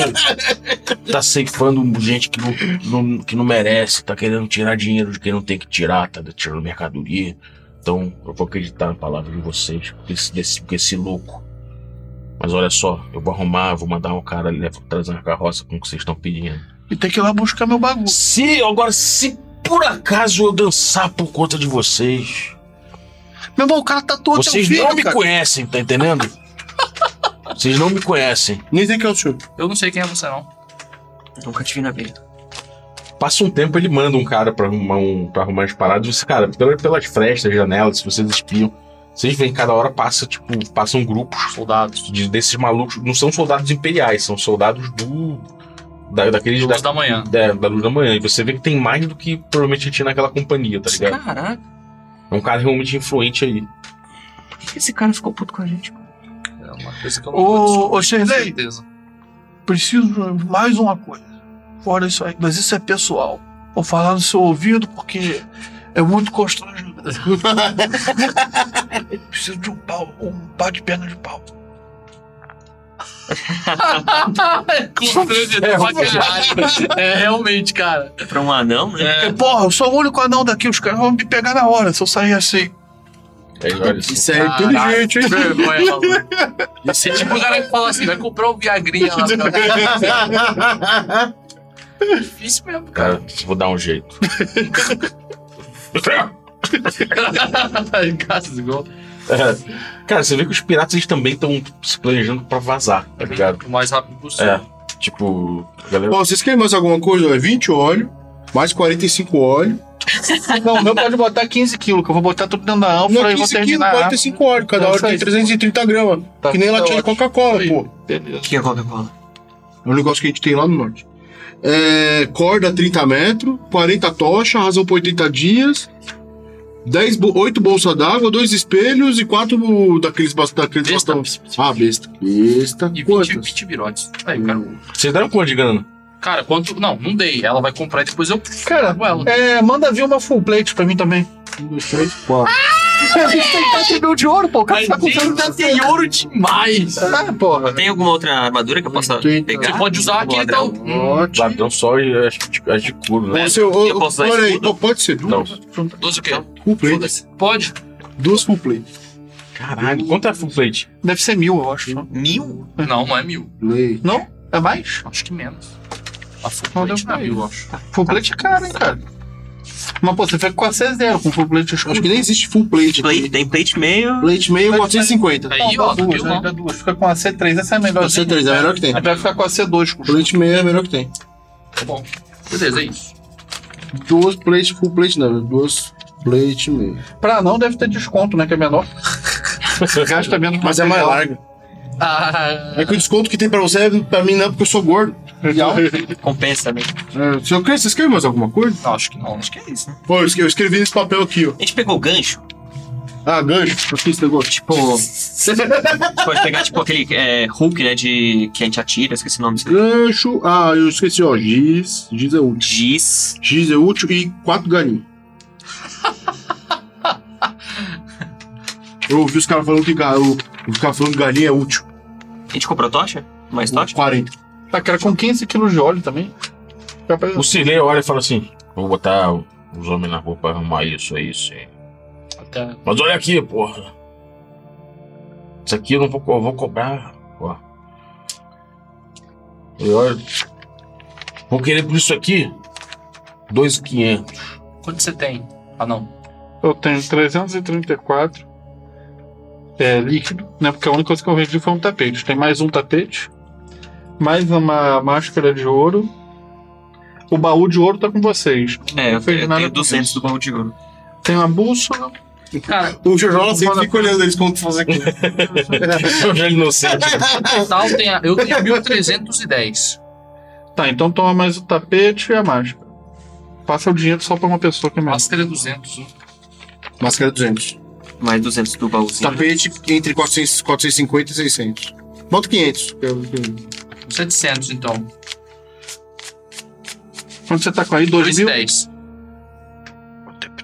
[SPEAKER 1] tá ceifando gente que não, não- que não merece, tá querendo tirar dinheiro de quem não tem que tirar, tá tirando mercadoria. Então, eu vou acreditar na palavra de vocês, desse, desse, desse louco. Mas olha só, eu vou arrumar, vou mandar um cara ali, né, vou trazer uma carroça com o que vocês estão pedindo.
[SPEAKER 6] E tem que ir lá buscar meu bagulho.
[SPEAKER 1] Se, agora, se por acaso eu dançar por conta de vocês,
[SPEAKER 6] Meu irmão, o cara tá todo
[SPEAKER 1] vocês
[SPEAKER 6] teu filho,
[SPEAKER 1] não me
[SPEAKER 6] cara.
[SPEAKER 1] conhecem, tá entendendo? Vocês não me conhecem.
[SPEAKER 4] Nem sei que é o seu.
[SPEAKER 3] Eu não sei quem é você, não.
[SPEAKER 2] Nunca te vi na vida.
[SPEAKER 1] Passa um tempo, ele manda um cara pra arrumar, um, pra arrumar as paradas. Você, cara, pela- pelas frestas, janelas, se vocês espiam, vocês veem, cada hora passa, tipo, passam grupos
[SPEAKER 3] Soldados.
[SPEAKER 1] de- desses malucos. Não são soldados imperiais, são soldados do. Da, daqueles da,
[SPEAKER 3] Luz da manhã.
[SPEAKER 1] da, da luz da manhã. E você vê que tem mais do que provavelmente tinha naquela companhia, tá ligado?
[SPEAKER 2] Caraca,
[SPEAKER 1] É um cara realmente influente aí.
[SPEAKER 2] por que que esse cara ficou puto com a gente?
[SPEAKER 3] É uma coisa que eu não vou
[SPEAKER 6] Ô,
[SPEAKER 3] descobrir,
[SPEAKER 6] ô,
[SPEAKER 3] com
[SPEAKER 6] Shirley,
[SPEAKER 3] certeza.
[SPEAKER 6] preciso de um, mais uma coisa. Fora isso aí, mas isso é pessoal. Vou falar no seu ouvido porque é muito constrangedor. preciso de um pau, um pá de perna de pau.
[SPEAKER 3] Constrangedor pra caralho. É, realmente, cara.
[SPEAKER 2] Pra um anão, né?
[SPEAKER 6] Porque, porra, eu sou o único anão daqui, os caras vão me pegar na hora se eu sair assim.
[SPEAKER 1] 10 horas.
[SPEAKER 4] Isso é
[SPEAKER 3] Caraca,
[SPEAKER 4] inteligente,
[SPEAKER 3] que
[SPEAKER 4] hein?
[SPEAKER 3] vergonha, maluco. Isso é tipo o cara que fala assim, vai comprar um Viagrinha lá. Pra... Difícil mesmo, cara.
[SPEAKER 1] Cara, vou dar um jeito.
[SPEAKER 3] Engasgou.
[SPEAKER 1] É. Cara, você vê que os piratas eles também estão se planejando pra vazar, tá ligado?
[SPEAKER 3] O mais rápido possível.
[SPEAKER 1] É. Tipo, a galera.
[SPEAKER 4] Bom, vocês querem mais alguma coisa? É 20 óleo, mais 45 óleo.
[SPEAKER 6] Não, o meu pode botar 15 quilos, que eu vou botar tudo dentro da
[SPEAKER 4] Não
[SPEAKER 6] ânfora
[SPEAKER 4] é
[SPEAKER 6] e vou
[SPEAKER 4] 15 quilos,
[SPEAKER 6] terminar.
[SPEAKER 4] 45 óleo. Cada
[SPEAKER 6] Não,
[SPEAKER 4] óleo
[SPEAKER 6] só
[SPEAKER 4] tem
[SPEAKER 6] isso,
[SPEAKER 4] 330 gramas.
[SPEAKER 6] Tá,
[SPEAKER 4] que nem
[SPEAKER 6] tá
[SPEAKER 4] latinha de
[SPEAKER 6] ótimo.
[SPEAKER 4] Coca-cola,
[SPEAKER 6] Aí.
[SPEAKER 4] pô.
[SPEAKER 6] Beleza.
[SPEAKER 2] Que é Coca-Cola.
[SPEAKER 4] É um negócio que a gente tem lá no norte. É, corda 30 metros, 40 tocha, razão por 80 dias, 10 bo 8 bolsas d'água, 2 espelhos e 4 daqueles, bas- daqueles
[SPEAKER 3] Besta.
[SPEAKER 4] bastão. Ah, besta. Besta.
[SPEAKER 3] E 20,
[SPEAKER 4] Quantas?
[SPEAKER 3] 20 virotes. Aí, cara.
[SPEAKER 1] Vocês deram quanto de grana?
[SPEAKER 3] Cara, quanto. Não, não dei. Ela vai comprar e depois eu.
[SPEAKER 6] Cara,
[SPEAKER 3] Ué, ela-
[SPEAKER 6] é, manda vir uma full plate pra mim também. Ah!
[SPEAKER 4] 1, 2, 3, 4.
[SPEAKER 6] A gente tem 4 mil de ouro, pô. O cara tá com
[SPEAKER 3] Ainda tem ouro demais.
[SPEAKER 6] Ah, porra.
[SPEAKER 2] Tem alguma outra armadura que eu possa
[SPEAKER 4] Oitenta.
[SPEAKER 2] pegar?
[SPEAKER 3] Você pode usar então. Hum, aquele tal.
[SPEAKER 2] Ladrão.
[SPEAKER 4] Ótimo.
[SPEAKER 1] Ladrão só e as, as de couro, né?
[SPEAKER 4] Você, ô,
[SPEAKER 2] Eu
[SPEAKER 4] ô,
[SPEAKER 2] posso dar
[SPEAKER 4] olha aí,
[SPEAKER 2] escudo?
[SPEAKER 4] pô, pode ser duas,
[SPEAKER 1] Não.
[SPEAKER 3] 12 o quê?
[SPEAKER 4] full plate.
[SPEAKER 3] Foda-se. Pode?
[SPEAKER 4] Duas full plate.
[SPEAKER 1] Caralho, quanto é a full plate?
[SPEAKER 6] Deve ser mil, eu acho.
[SPEAKER 2] Mil?
[SPEAKER 3] Não, não é mil.
[SPEAKER 4] Plate.
[SPEAKER 6] Não? É mais?
[SPEAKER 3] Acho que menos. A full
[SPEAKER 6] Não
[SPEAKER 3] plate
[SPEAKER 6] deu
[SPEAKER 3] dá
[SPEAKER 6] pra
[SPEAKER 3] mil, eu acho.
[SPEAKER 6] Full plate é caro, hein, cara. Mas, pô, você fica com a C0 com full plate.
[SPEAKER 4] Acho que nem existe full plate.
[SPEAKER 2] Plate,
[SPEAKER 4] aqui.
[SPEAKER 2] tem plate meio.
[SPEAKER 4] Plate meio 450.
[SPEAKER 3] Aí, ó,
[SPEAKER 6] duas,
[SPEAKER 3] viu?
[SPEAKER 6] né? Dá duas. Fica com a C3, essa é a melhor.
[SPEAKER 4] C3 é a melhor que tem.
[SPEAKER 6] Vai ficar com a C2. com-
[SPEAKER 4] Plate meio é a melhor que tem.
[SPEAKER 3] Tá bom. Beleza, é isso.
[SPEAKER 4] Duas plate, full plate não, duas plate meio.
[SPEAKER 6] Pra não, deve ter desconto, né? Que é menor. Gasta menos.
[SPEAKER 4] Mas é mais
[SPEAKER 6] material.
[SPEAKER 4] larga.
[SPEAKER 3] Ah,
[SPEAKER 4] É que o desconto que tem pra você é pra mim não, porque eu sou gordo. E alto.
[SPEAKER 2] Compensa, né?
[SPEAKER 4] É, se eu quero, vocês querem mais alguma coisa?
[SPEAKER 3] não, acho que não.
[SPEAKER 2] Acho que é isso, né?
[SPEAKER 4] Pô, eu esque- eu escrevi nesse papel aqui, ó.
[SPEAKER 2] A gente pegou o gancho.
[SPEAKER 4] Ah, gancho, pra que esse negócio?
[SPEAKER 2] Tipo. pode pegar, tipo, aquele é, Hulk, né? De. Que a gente atira, eu esqueci o nome.
[SPEAKER 4] Gancho, ah, eu esqueci, ó. Giz, giz é útil.
[SPEAKER 2] Giz.
[SPEAKER 4] Giz é útil e quatro galinhas. Eu ouvi os caras falando que ga- o- os caras falando que galinha é útil.
[SPEAKER 2] A gente comprou tocha? Mais tocha?
[SPEAKER 4] 40.
[SPEAKER 6] Tá, cara, com 15 quilos de óleo também. Fica pra-
[SPEAKER 1] O Cirlei olha e fala assim: vou botar os homens na rua pra arrumar isso aí, sim.
[SPEAKER 3] Até.
[SPEAKER 1] Mas olha aqui, porra. Isso aqui eu não vou, co- eu vou cobrar, porra. E olha. Vou querer por isso aqui 2,500.
[SPEAKER 3] Quanto você tem? Ah, não.
[SPEAKER 6] Eu tenho 334 é, líquido, né? Porque a única coisa que eu vendi foi um tapete. Tem mais um tapete, mais uma máscara de ouro. O baú de ouro tá com vocês.
[SPEAKER 2] É, eu,
[SPEAKER 6] fez
[SPEAKER 2] eu
[SPEAKER 6] nada
[SPEAKER 2] tenho
[SPEAKER 6] com
[SPEAKER 2] 200
[SPEAKER 6] isso.
[SPEAKER 2] do baú de ouro.
[SPEAKER 6] Tem uma bússola.
[SPEAKER 3] Cara,
[SPEAKER 4] O Jojola sempre fica olhando eles quando fazer aqui.
[SPEAKER 1] Eu já inocente.
[SPEAKER 3] total tem a- eu tenho 1310.
[SPEAKER 6] Tá, então toma mais o tapete e a máscara. Passa o dinheiro só pra uma pessoa que é mais.
[SPEAKER 3] Máscara é 200. né?
[SPEAKER 4] Máscara 200.
[SPEAKER 2] Mais 200 do baúzinho.
[SPEAKER 4] Tapete entre 400, 450 e 600. Bota 500. que é o que-
[SPEAKER 3] 700, então.
[SPEAKER 6] Quando você tá com aí? 2 mil?
[SPEAKER 3] 210.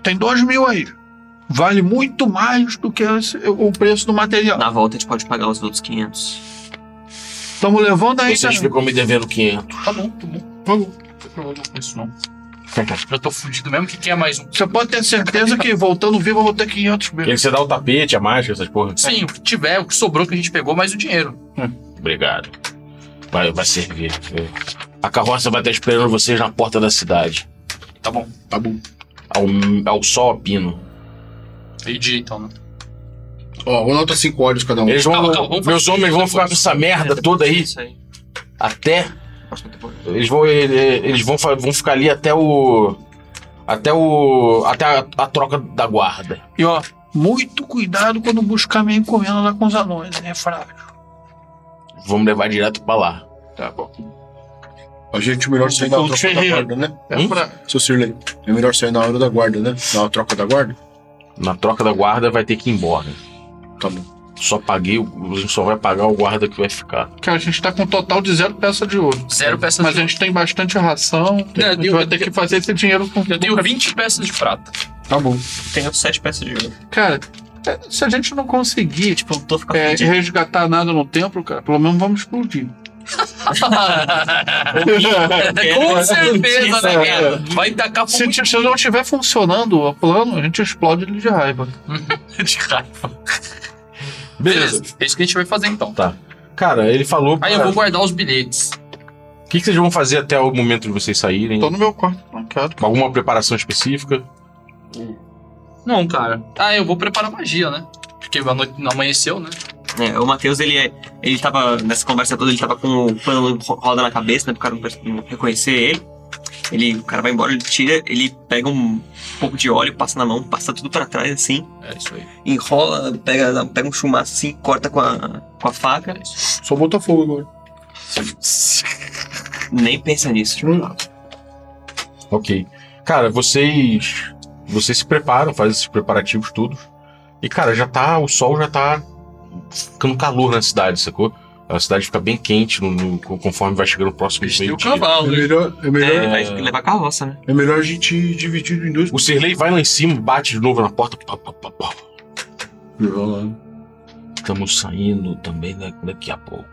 [SPEAKER 6] Tem 2 mil aí. Vale muito mais do que esse- o preço do material.
[SPEAKER 2] Na volta a gente pode pagar os outros 500.
[SPEAKER 6] Estamos levando aí,
[SPEAKER 1] Vocês
[SPEAKER 6] cara.
[SPEAKER 1] ficam me devendo 500.
[SPEAKER 3] Tá bom, tá bom.
[SPEAKER 4] Tá bom.
[SPEAKER 3] Não tem problema com isso, não. Já tô fudido mesmo que quer mais um.
[SPEAKER 6] Você pode ter certeza que voltando vivo eu vou ter 500 mil.
[SPEAKER 1] Ele você dá o tapete, a máscara, essas porra.
[SPEAKER 3] Sim, o que tiver, o que sobrou que a gente pegou, mais o dinheiro.
[SPEAKER 1] Obrigado. Vai, vai servir. A carroça vai estar esperando vocês na porta da cidade.
[SPEAKER 3] Tá bom.
[SPEAKER 4] Tá bom.
[SPEAKER 1] Ao, ao sol a pino.
[SPEAKER 3] Entendi, então, né?
[SPEAKER 4] Ó, vou anotar 5 olhos cada um.
[SPEAKER 1] Eles vão.
[SPEAKER 3] Calma, calma, vamos
[SPEAKER 1] meus homens vão ficar com essa merda toda aí
[SPEAKER 2] Isso aí.
[SPEAKER 1] até
[SPEAKER 2] Próxima temporada.
[SPEAKER 1] Eles vão, ele- eles vão, fa- vão ficar ali até o. Até o. Até a, a troca da guarda.
[SPEAKER 6] E ó, muito cuidado quando buscar minha encomenda lá com os anões, é frágil.
[SPEAKER 1] Vamos levar direto pra lá.
[SPEAKER 6] Tá bom.
[SPEAKER 4] A gente é melhor sair na
[SPEAKER 6] Então,
[SPEAKER 4] troca
[SPEAKER 6] Ferreira.
[SPEAKER 4] da guarda, né?
[SPEAKER 6] É
[SPEAKER 1] Hum?
[SPEAKER 6] frágil.
[SPEAKER 4] Seu Sirley, é melhor sair na hora da guarda, né? Na troca da guarda?
[SPEAKER 1] Na troca da guarda vai ter que ir embora.
[SPEAKER 4] Tá bom.
[SPEAKER 1] Só paguei, o- a gente só vai pagar o guarda que vai ficar.
[SPEAKER 6] Cara, a gente tá com um total de zero peça de ouro.
[SPEAKER 3] Zero peças
[SPEAKER 6] Mas
[SPEAKER 3] de
[SPEAKER 6] a gente tem bastante ração. a gente
[SPEAKER 3] eu-
[SPEAKER 6] vai ter que fazer esse dinheiro com.
[SPEAKER 3] Eu tenho 20 peças de prata.
[SPEAKER 4] Tá bom.
[SPEAKER 2] Tenho 7 peças de ouro.
[SPEAKER 6] Cara, é, se a gente não conseguir
[SPEAKER 2] Tipo, eu tô ficando
[SPEAKER 6] é,
[SPEAKER 2] perdido.
[SPEAKER 6] resgatar nada no templo, cara, pelo menos vamos explodir.
[SPEAKER 4] É.
[SPEAKER 3] Com certeza, né, cara? Vai tacar
[SPEAKER 6] Se,
[SPEAKER 3] fogo
[SPEAKER 6] t- se não estiver funcionando o plano, a gente explode ele de raiva.
[SPEAKER 3] de raiva.
[SPEAKER 1] Beleza.
[SPEAKER 3] É isso que a gente vai fazer então.
[SPEAKER 1] Tá. Cara, ele falou.
[SPEAKER 3] Aí eu vou guardar os bilhetes.
[SPEAKER 1] O que, que vocês vão fazer até o momento de vocês saírem?
[SPEAKER 6] Tô no meu quarto trancado.
[SPEAKER 1] Alguma preparação específica?
[SPEAKER 3] Não, cara. Ah, eu vou preparar magia, né? Porque a noite não amanheceu, né?
[SPEAKER 2] É, o Matheus, ele, é- ele tava, nessa conversa toda, ele tava com o pano ro- roda na cabeça, né, pro cara não per- não reconhecer ele. ele. O cara vai embora, ele tira, ele pega um pouco de óleo, passa na mão, passa tudo pra trás, assim,
[SPEAKER 3] É isso aí.
[SPEAKER 2] enrola, pega, pega um chumaço, assim, corta com a, com a faca.
[SPEAKER 4] Só bota fogo agora.
[SPEAKER 2] Nem pensa nisso, tipo,
[SPEAKER 1] Ok. Cara, vocês. Vocês se preparam, fazem esses preparativos tudo. E, cara, já tá. O sol já tá ficando calor na cidade, sacou? A cidade fica bem quente no, no- conforme vai chegando o próximo
[SPEAKER 3] E o
[SPEAKER 1] meio-dia.
[SPEAKER 4] É
[SPEAKER 3] cavalo, né? hein?
[SPEAKER 4] melhor, é,
[SPEAKER 2] é,
[SPEAKER 4] melhor,
[SPEAKER 2] ele vai levar carroça, né?
[SPEAKER 4] é melhor a gente ir dividido em dois.
[SPEAKER 1] O Sirley vai lá em cima, bate de novo na porta. Pá, pá, pá, pá.
[SPEAKER 4] né?
[SPEAKER 1] Estamos saindo também da- daqui a pouco.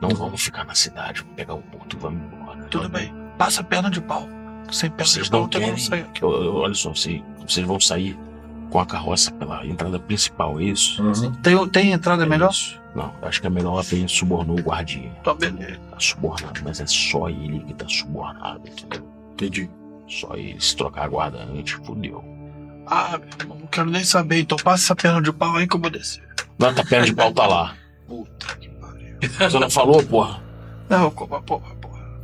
[SPEAKER 1] Não vamos ficar na cidade, vamos pegar o ponto e vamos embora.
[SPEAKER 6] Tudo bem. Passa a perna de pau. Sem perna
[SPEAKER 1] Vocês
[SPEAKER 6] de
[SPEAKER 1] não
[SPEAKER 6] pau, tem
[SPEAKER 1] querem.
[SPEAKER 6] como sair.
[SPEAKER 1] que eu- eu- olha só, vocês, vocês vão sair com a carroça pela entrada principal, é isso?
[SPEAKER 6] Tem, tem entrada É melhor?
[SPEAKER 1] isso. Não, acho que é melhor apenas subornou o guardinha.
[SPEAKER 6] Tá beleza.
[SPEAKER 1] Tá subornado, mas é só ele que tá subornado, entendeu?
[SPEAKER 4] Entendi.
[SPEAKER 1] Só ele se trocar a guarda antes, fudeu.
[SPEAKER 6] Ah, meu irmão, não quero nem saber. Então passa essa perna de pau aí que eu vou descer.
[SPEAKER 1] Não, tá perna de pau tá lá.
[SPEAKER 6] Puta que pariu.
[SPEAKER 1] Você não falou, porra?
[SPEAKER 6] Não, porra, porra, porra.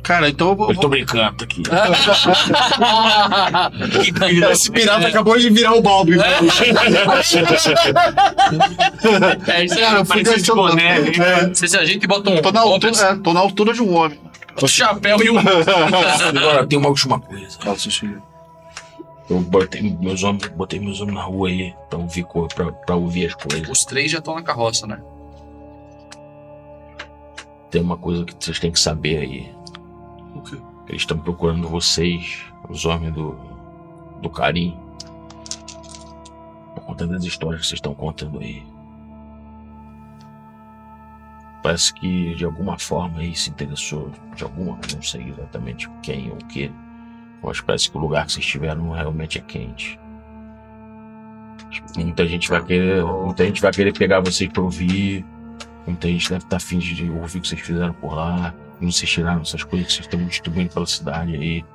[SPEAKER 6] Cara, então eu vou.
[SPEAKER 1] Eu tô brincando tá aqui.
[SPEAKER 4] Esse pirata acabou de virar o balde.
[SPEAKER 3] É isso aí.
[SPEAKER 6] Cara, eu fui
[SPEAKER 3] Parece
[SPEAKER 6] deixando- É,
[SPEAKER 3] Você se ajeita e bota um
[SPEAKER 6] tô, na altura, é, tô na altura de um homem.
[SPEAKER 3] um chapéu e um.
[SPEAKER 1] Agora tem uma última coisa.
[SPEAKER 4] É. Nossa, senhora.
[SPEAKER 1] Eu botei meus homens, botei meus homens na rua aí pra ouvir, co- pra, pra ouvir as coisas.
[SPEAKER 3] Os três já estão na carroça, né?
[SPEAKER 1] Tem uma coisa que vocês têm que saber aí.
[SPEAKER 4] O quê?
[SPEAKER 1] Eles estão procurando vocês, os homens do. do Carim. Por conta das histórias que vocês estão contando aí. Parece que de alguma forma aí se interessou. De alguma, não sei exatamente quem ou o que. Mas parece que o lugar que vocês estiveram realmente é quente. Muita gente vai querer. Muita gente vai querer pegar vocês pra ouvir. Muita Então, gente deve estar afim de ouvir o que vocês fizeram por lá. Como vocês tiraram essas coisas que vocês estão distribuindo pela cidade aí.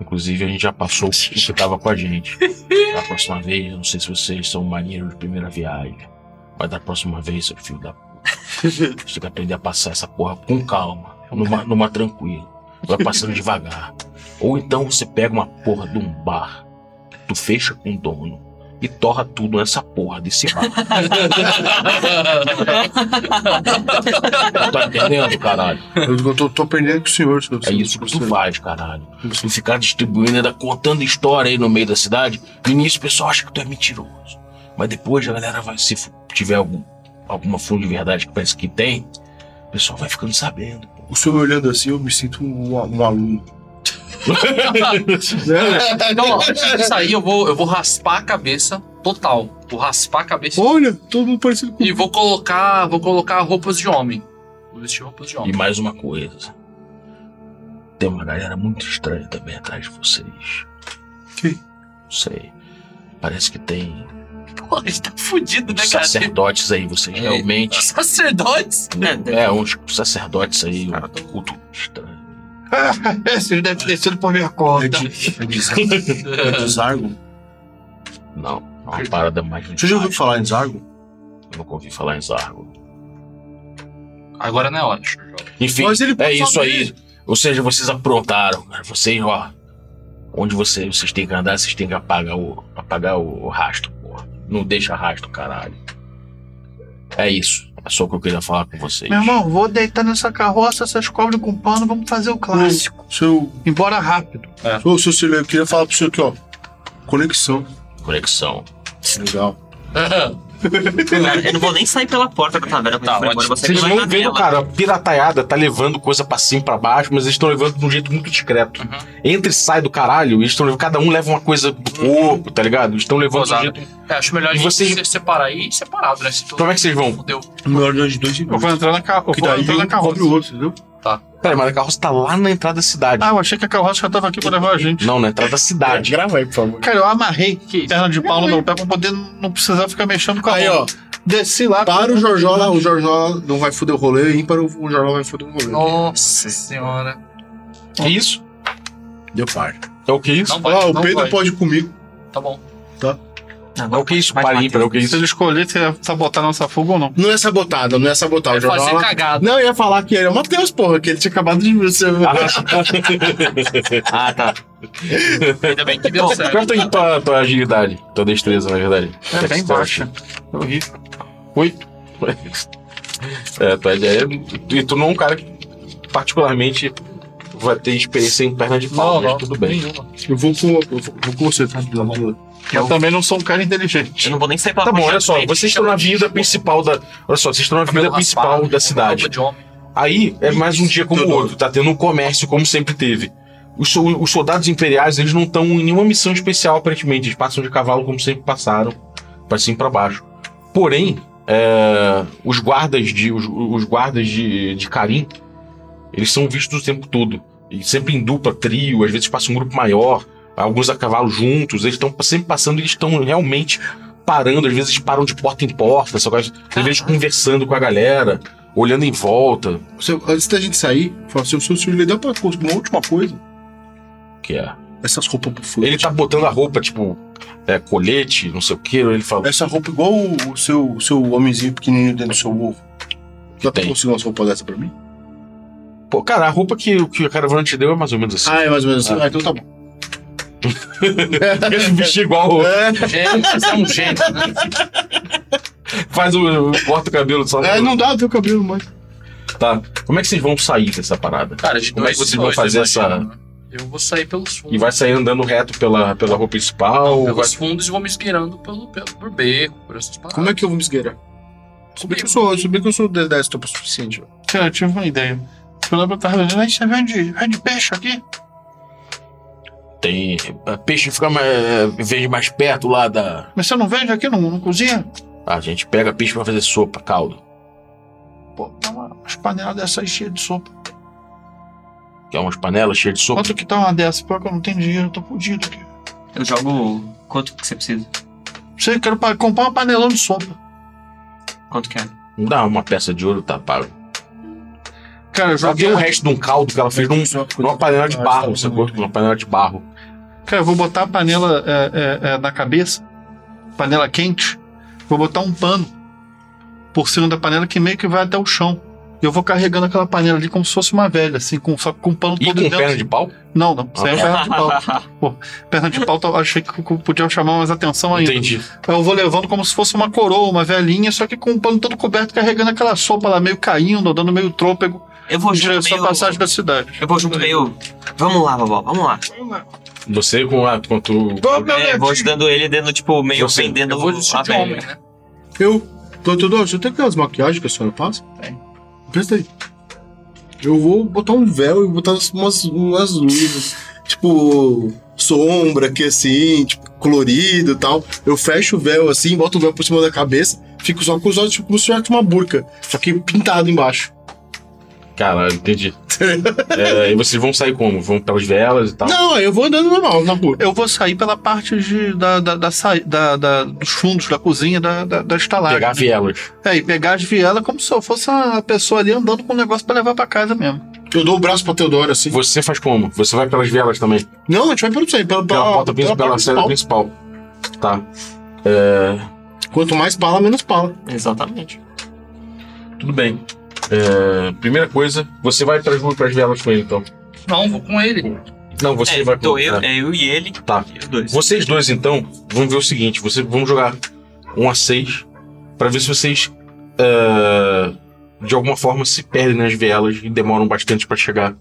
[SPEAKER 1] Inclusive a gente já passou o que tava com a gente. Da próxima vez, eu não sei se vocês são marinheiros de primeira viagem. Mas da próxima vez, seu filho da puta. Você tem que aprender a passar essa porra com calma. Numa, numa tranquila. Vai passando devagar. Ou então você pega uma porra de um bar. Tu fecha com o dono. E torra tudo nessa porra desse bar. tá entendendo, caralho?
[SPEAKER 4] Eu tô, tô aprendendo com o senhor. senhor.
[SPEAKER 1] É isso que tu faz, caralho. Tu ficar distribuindo, ainda contando história aí no meio da cidade. No início o pessoal acha que tu é mentiroso. Mas depois a galera vai, se f- tiver algum, alguma fundo de verdade que parece que tem, o pessoal vai ficando sabendo. pô.
[SPEAKER 4] O senhor me olhando assim, eu me sinto um, um aluno. Né?
[SPEAKER 3] Então, ó, isso aí eu vou, eu vou raspar a cabeça total. Vou raspar a cabeça
[SPEAKER 4] Olha, todo mundo parecido com
[SPEAKER 3] e vou colocar, vou colocar roupas de homem. Vou vestir roupas de
[SPEAKER 1] E
[SPEAKER 3] homem.
[SPEAKER 1] mais uma coisa. Tem uma galera muito estranha também atrás de vocês.
[SPEAKER 4] Quem?
[SPEAKER 1] Não sei. Parece que tem
[SPEAKER 3] Pô, a gente tá fudido, né, cara?
[SPEAKER 1] sacerdotes aí. Vocês
[SPEAKER 3] É.
[SPEAKER 1] realmente
[SPEAKER 3] Sacerdotes?
[SPEAKER 1] É, uns sacerdotes aí, um culto estranho.
[SPEAKER 6] Esse deve ter sido por minha conta.
[SPEAKER 4] É de, é de, é de Zargon.
[SPEAKER 1] Não, é uma parada mais.
[SPEAKER 4] Você já ouviu falar em Zargon?
[SPEAKER 1] Eu nunca ouvi falar em Zargo.
[SPEAKER 3] Agora não é hora.
[SPEAKER 1] Enfim,
[SPEAKER 4] Mas ele
[SPEAKER 1] é
[SPEAKER 4] pode
[SPEAKER 1] isso
[SPEAKER 4] saber.
[SPEAKER 1] aí. Ou seja, vocês aprontaram, cara. Vocês, ó. Onde você, vocês têm que andar, vocês têm que apagar o, apagar o, o rastro, porra. Não deixa rastro, caralho. É isso. É só o que eu queria falar com vocês.
[SPEAKER 6] É, Meu irmão, vou deitar nessa carroça, vocês cobrem com pano, vamos fazer o clássico.
[SPEAKER 4] Seu,
[SPEAKER 6] Embora rápido.
[SPEAKER 4] seu, seu Silvio, eu queria falar pro senhor aqui, ó. Conexão.
[SPEAKER 1] Conexão.
[SPEAKER 4] Legal.
[SPEAKER 2] Cara, eu não vou nem sair pela porta da taverna pra
[SPEAKER 3] Tá,
[SPEAKER 2] tá, embora,
[SPEAKER 3] ótimo.
[SPEAKER 2] você
[SPEAKER 1] Vocês
[SPEAKER 2] vai
[SPEAKER 1] não
[SPEAKER 2] na
[SPEAKER 1] vendo,
[SPEAKER 2] dela.
[SPEAKER 1] cara, a pirataiada tá levando coisa pra cima e pra baixo, mas eles estão levando de um jeito muito discreto.
[SPEAKER 3] Uhum.
[SPEAKER 1] Entra e sai do caralho, eles estão cada um leva uma coisa do
[SPEAKER 2] Uhum.
[SPEAKER 1] corpo, tá ligado? Eles estão levando de um
[SPEAKER 3] Ousado.
[SPEAKER 1] jeito.
[SPEAKER 3] É, acho melhor a
[SPEAKER 1] E
[SPEAKER 3] gente
[SPEAKER 1] vocês-
[SPEAKER 3] se separar aí e separado, né? Se tu
[SPEAKER 1] Como é que vocês vão?
[SPEAKER 3] fudeu.
[SPEAKER 4] Melhor de dois em
[SPEAKER 6] Eu
[SPEAKER 4] dois.
[SPEAKER 6] vou entrar na, ca... eu
[SPEAKER 4] Que
[SPEAKER 6] vou
[SPEAKER 4] daí
[SPEAKER 6] entrar na
[SPEAKER 4] um cobre
[SPEAKER 6] carroça.
[SPEAKER 4] o outro, entendeu?
[SPEAKER 1] Peraí, mas a carroça tá lá na entrada da cidade.
[SPEAKER 6] Ah, eu achei que a carroça já tava aqui pra levar a gente.
[SPEAKER 1] Não, na entrada da cidade.
[SPEAKER 4] Grava aí, por favor.
[SPEAKER 6] Cara, eu amarrei perna de pau no meu pé pra poder não precisar ficar mexendo com a
[SPEAKER 4] Aí,
[SPEAKER 6] roda.
[SPEAKER 4] ó.
[SPEAKER 6] Desci lá.
[SPEAKER 4] Para o Jorjola, o Jorjola não vai foder o rolê, é ímpar o Jorjola vai foder o rolê.
[SPEAKER 3] Nossa senhora.
[SPEAKER 1] Que isso?
[SPEAKER 4] Deu par.
[SPEAKER 1] É o que isso?
[SPEAKER 3] Não vai,
[SPEAKER 4] Ó, o
[SPEAKER 3] não
[SPEAKER 4] Pedro
[SPEAKER 3] vai.
[SPEAKER 4] pode ir comigo.
[SPEAKER 3] Tá bom.
[SPEAKER 1] É o que isso? Para ímpar, é o que
[SPEAKER 6] Se
[SPEAKER 1] isso?
[SPEAKER 6] ele escolher se ia sabotar nossa fuga ou não.
[SPEAKER 4] Não é sabotada, não é sabotar. O
[SPEAKER 3] Vai fazer
[SPEAKER 4] Jorjola.
[SPEAKER 3] cagada.
[SPEAKER 4] Não, eu ia falar que era o Matheus, porra, que ele tinha acabado de ver. seu-
[SPEAKER 2] Ah, tá.
[SPEAKER 3] Ainda bem que deu certo.
[SPEAKER 1] Quanto é tua, tua agilidade? Tua destreza, na verdade.
[SPEAKER 6] É bem
[SPEAKER 1] Dexterity.
[SPEAKER 6] baixa. É horrível. Oito.
[SPEAKER 1] É, tu é, é- e tu não é um cara que particularmente vai ter experiência em perna de pau, mas tudo bem.
[SPEAKER 3] Nenhuma.
[SPEAKER 4] Eu vou com, eu vou, vou com você, tá?
[SPEAKER 6] Eu também não sou um cara inteligente.
[SPEAKER 2] Eu não vou nem sair pra
[SPEAKER 1] Tá bom,
[SPEAKER 2] puxar
[SPEAKER 1] olha só,
[SPEAKER 2] frente.
[SPEAKER 1] vocês estão na avenida principal da. Olha só, vocês estão na avenida
[SPEAKER 3] Cabelo
[SPEAKER 1] principal
[SPEAKER 3] raspado,
[SPEAKER 1] da
[SPEAKER 3] roupa
[SPEAKER 1] cidade.
[SPEAKER 3] de homem.
[SPEAKER 1] Aí é mais um dia como o outro, tá tendo um comércio como sempre teve. Os, so- os soldados imperiais, eles não estão em nenhuma missão especial, aparentemente. Eles passam de cavalo como sempre passaram, pra cima e pra baixo. Porém, é, os guardas de os, os guardas de, de Karim, eles são vistos o tempo todo. E sempre em dupla, trio, às vezes passa um grupo maior, alguns a cavalo juntos. Eles estão sempre passando e eles estão realmente parando. Às vezes param de porta em porta, só que às às vezes conversando com a galera, olhando em volta.
[SPEAKER 4] Você- antes da gente sair, fala assim, o seu senhor, ele deu pra conseguir uma última coisa.
[SPEAKER 1] que é.
[SPEAKER 4] Essas roupas pro fogo.
[SPEAKER 1] Ele tá botando a roupa, tipo, é, colete, não sei o que, ele fala.
[SPEAKER 4] Essa roupa igual o, o seu, o seu homenzinho pequenininho dentro do seu ovo. Já tá
[SPEAKER 1] Tem.
[SPEAKER 4] conseguindo umas roupas dessa pra mim?
[SPEAKER 1] Pô, cara, a roupa que, que a caravana te deu é mais ou menos assim.
[SPEAKER 4] Ah, é mais ou menos assim. Ah, então tá bom.
[SPEAKER 1] Esse bicho é igual,
[SPEAKER 4] É,
[SPEAKER 3] Gênio, você é um gênio, né?
[SPEAKER 1] faz o. corta o cabelo só.
[SPEAKER 4] é, não dá, teu cabelo mais.
[SPEAKER 1] Tá. Como é que vocês vão sair dessa parada?
[SPEAKER 3] Cara, de
[SPEAKER 1] Como é que
[SPEAKER 3] dois
[SPEAKER 1] vocês vão
[SPEAKER 3] dois,
[SPEAKER 1] fazer
[SPEAKER 3] eu
[SPEAKER 1] essa-
[SPEAKER 3] imagino, né? Eu vou sair pelos fundos.
[SPEAKER 1] E vai sair andando reto pela, pela roupa principal? vai...
[SPEAKER 3] Pelos fundos e vou me esgueirando pelo, pelo, por beco, por essas paradas.
[SPEAKER 4] Como é que eu vou me esgueirar? Se bem que eu sou, se bem que eu sou 10 10 topas suficiente. velho.
[SPEAKER 6] Cara, eu tive uma ideia. Eu lembro que eu tava dizendo, "Aí você vende, vende peixe aqui?
[SPEAKER 1] Tem. é, Peixe fica mais. é, Vende mais perto lá da.
[SPEAKER 6] Mas você não vende aqui, não, não cozinha?
[SPEAKER 1] A gente pega peixe pra fazer sopa, caldo.
[SPEAKER 6] Pô, dá uma umas panelas dessas aí cheias de sopa.
[SPEAKER 1] Quer é umas panelas cheias de sopa?
[SPEAKER 6] Quanto que tá uma dessa? Pior que eu não tenho dinheiro, eu tô fudido aqui.
[SPEAKER 2] Eu jogo. Quanto que você precisa?
[SPEAKER 6] Você quero pa- comprar um panelão de sopa.
[SPEAKER 2] Quanto que é?
[SPEAKER 1] Não dá uma peça de ouro, tá pago.
[SPEAKER 6] Cara, eu
[SPEAKER 1] Só tem
[SPEAKER 6] joguei.
[SPEAKER 1] o resto de um caldo que ela fez num, numa panela de barro,
[SPEAKER 4] você
[SPEAKER 1] sacou? Numa panela de barro.
[SPEAKER 6] Cara, eu vou botar a panela é, é, é, na cabeça, panela quente, vou botar um pano por cima da panela que meio que vai até o chão. E eu vou carregando aquela panela ali como se fosse uma velha, assim, com, só que com o pano
[SPEAKER 1] E
[SPEAKER 6] todo
[SPEAKER 1] com
[SPEAKER 6] dentro.
[SPEAKER 1] perna de pau?
[SPEAKER 6] Não, não, isso aí é
[SPEAKER 1] Ah,
[SPEAKER 6] perna de pau. Perna de pau, tá, eu achei que eu podia chamar mais atenção ainda.
[SPEAKER 1] Entendi.
[SPEAKER 6] Eu vou levando como se fosse uma coroa, uma velhinha, só que com o pano todo coberto, carregando aquela sopa lá, meio caindo, dando meio trôpego,
[SPEAKER 2] eu vou
[SPEAKER 6] em
[SPEAKER 2] junto
[SPEAKER 6] direção à
[SPEAKER 2] meio.
[SPEAKER 6] passagem da cidade.
[SPEAKER 2] Eu vou junto meio. Vamos lá, vovó, vamos lá.
[SPEAKER 1] Você com a. Com tu,
[SPEAKER 2] É, vou ajudando ele dentro, tipo, meio
[SPEAKER 1] Você,
[SPEAKER 2] vendendo
[SPEAKER 3] Eu vou de
[SPEAKER 2] a
[SPEAKER 3] de
[SPEAKER 2] velha.
[SPEAKER 3] homem, né?
[SPEAKER 4] Eu, Totodô, você tem aquelas maquiagens que a senhora passa?
[SPEAKER 3] Tem.
[SPEAKER 4] Presta aí. Eu vou botar um véu e botar umas, umas luzes, tipo, sombra aqui assim, tipo, colorido e tal. Eu fecho o véu assim, boto o véu por cima da cabeça, fico só com os olhos, tipo, como se tivesse uma burca, só que pintado embaixo.
[SPEAKER 1] Caralho, entendi. É, e vocês vão sair como? Vão pelas velas e tal?
[SPEAKER 4] Não, eu vou andando normal na burca.
[SPEAKER 6] Eu vou sair pela parte de, da, da, da, sai- da- da- dos fundos da cozinha, da, da, da estalagem.
[SPEAKER 1] Pegar vielas.
[SPEAKER 6] É, e pegar as vielas como se eu fosse uma pessoa ali andando com um negócio pra levar pra casa mesmo.
[SPEAKER 4] Eu dou o braço pra Teodoro assim.
[SPEAKER 1] Você faz como? Você vai pelas velas também?
[SPEAKER 4] Não, a gente vai pelo centro, pela,
[SPEAKER 1] Pela
[SPEAKER 4] pela,
[SPEAKER 1] porta principal, pela
[SPEAKER 4] porta
[SPEAKER 1] saída
[SPEAKER 4] principal.
[SPEAKER 1] principal. Tá. É,
[SPEAKER 4] Quanto mais bala, menos bala.
[SPEAKER 2] Exatamente.
[SPEAKER 1] Tudo bem. É, primeira coisa, você vai pras, pras velas com ele, então.
[SPEAKER 3] Não, vou com ele.
[SPEAKER 1] Não, você
[SPEAKER 2] é,
[SPEAKER 1] vai
[SPEAKER 2] então eu,
[SPEAKER 1] é.
[SPEAKER 2] é eu e ele.
[SPEAKER 1] Tá.
[SPEAKER 2] E os dois.
[SPEAKER 1] Vocês dois, então, vão ver o seguinte: vocês vão jogar um a 6 pra ver se vocês é, de alguma forma se perdem nas vielas e demoram bastante pra chegar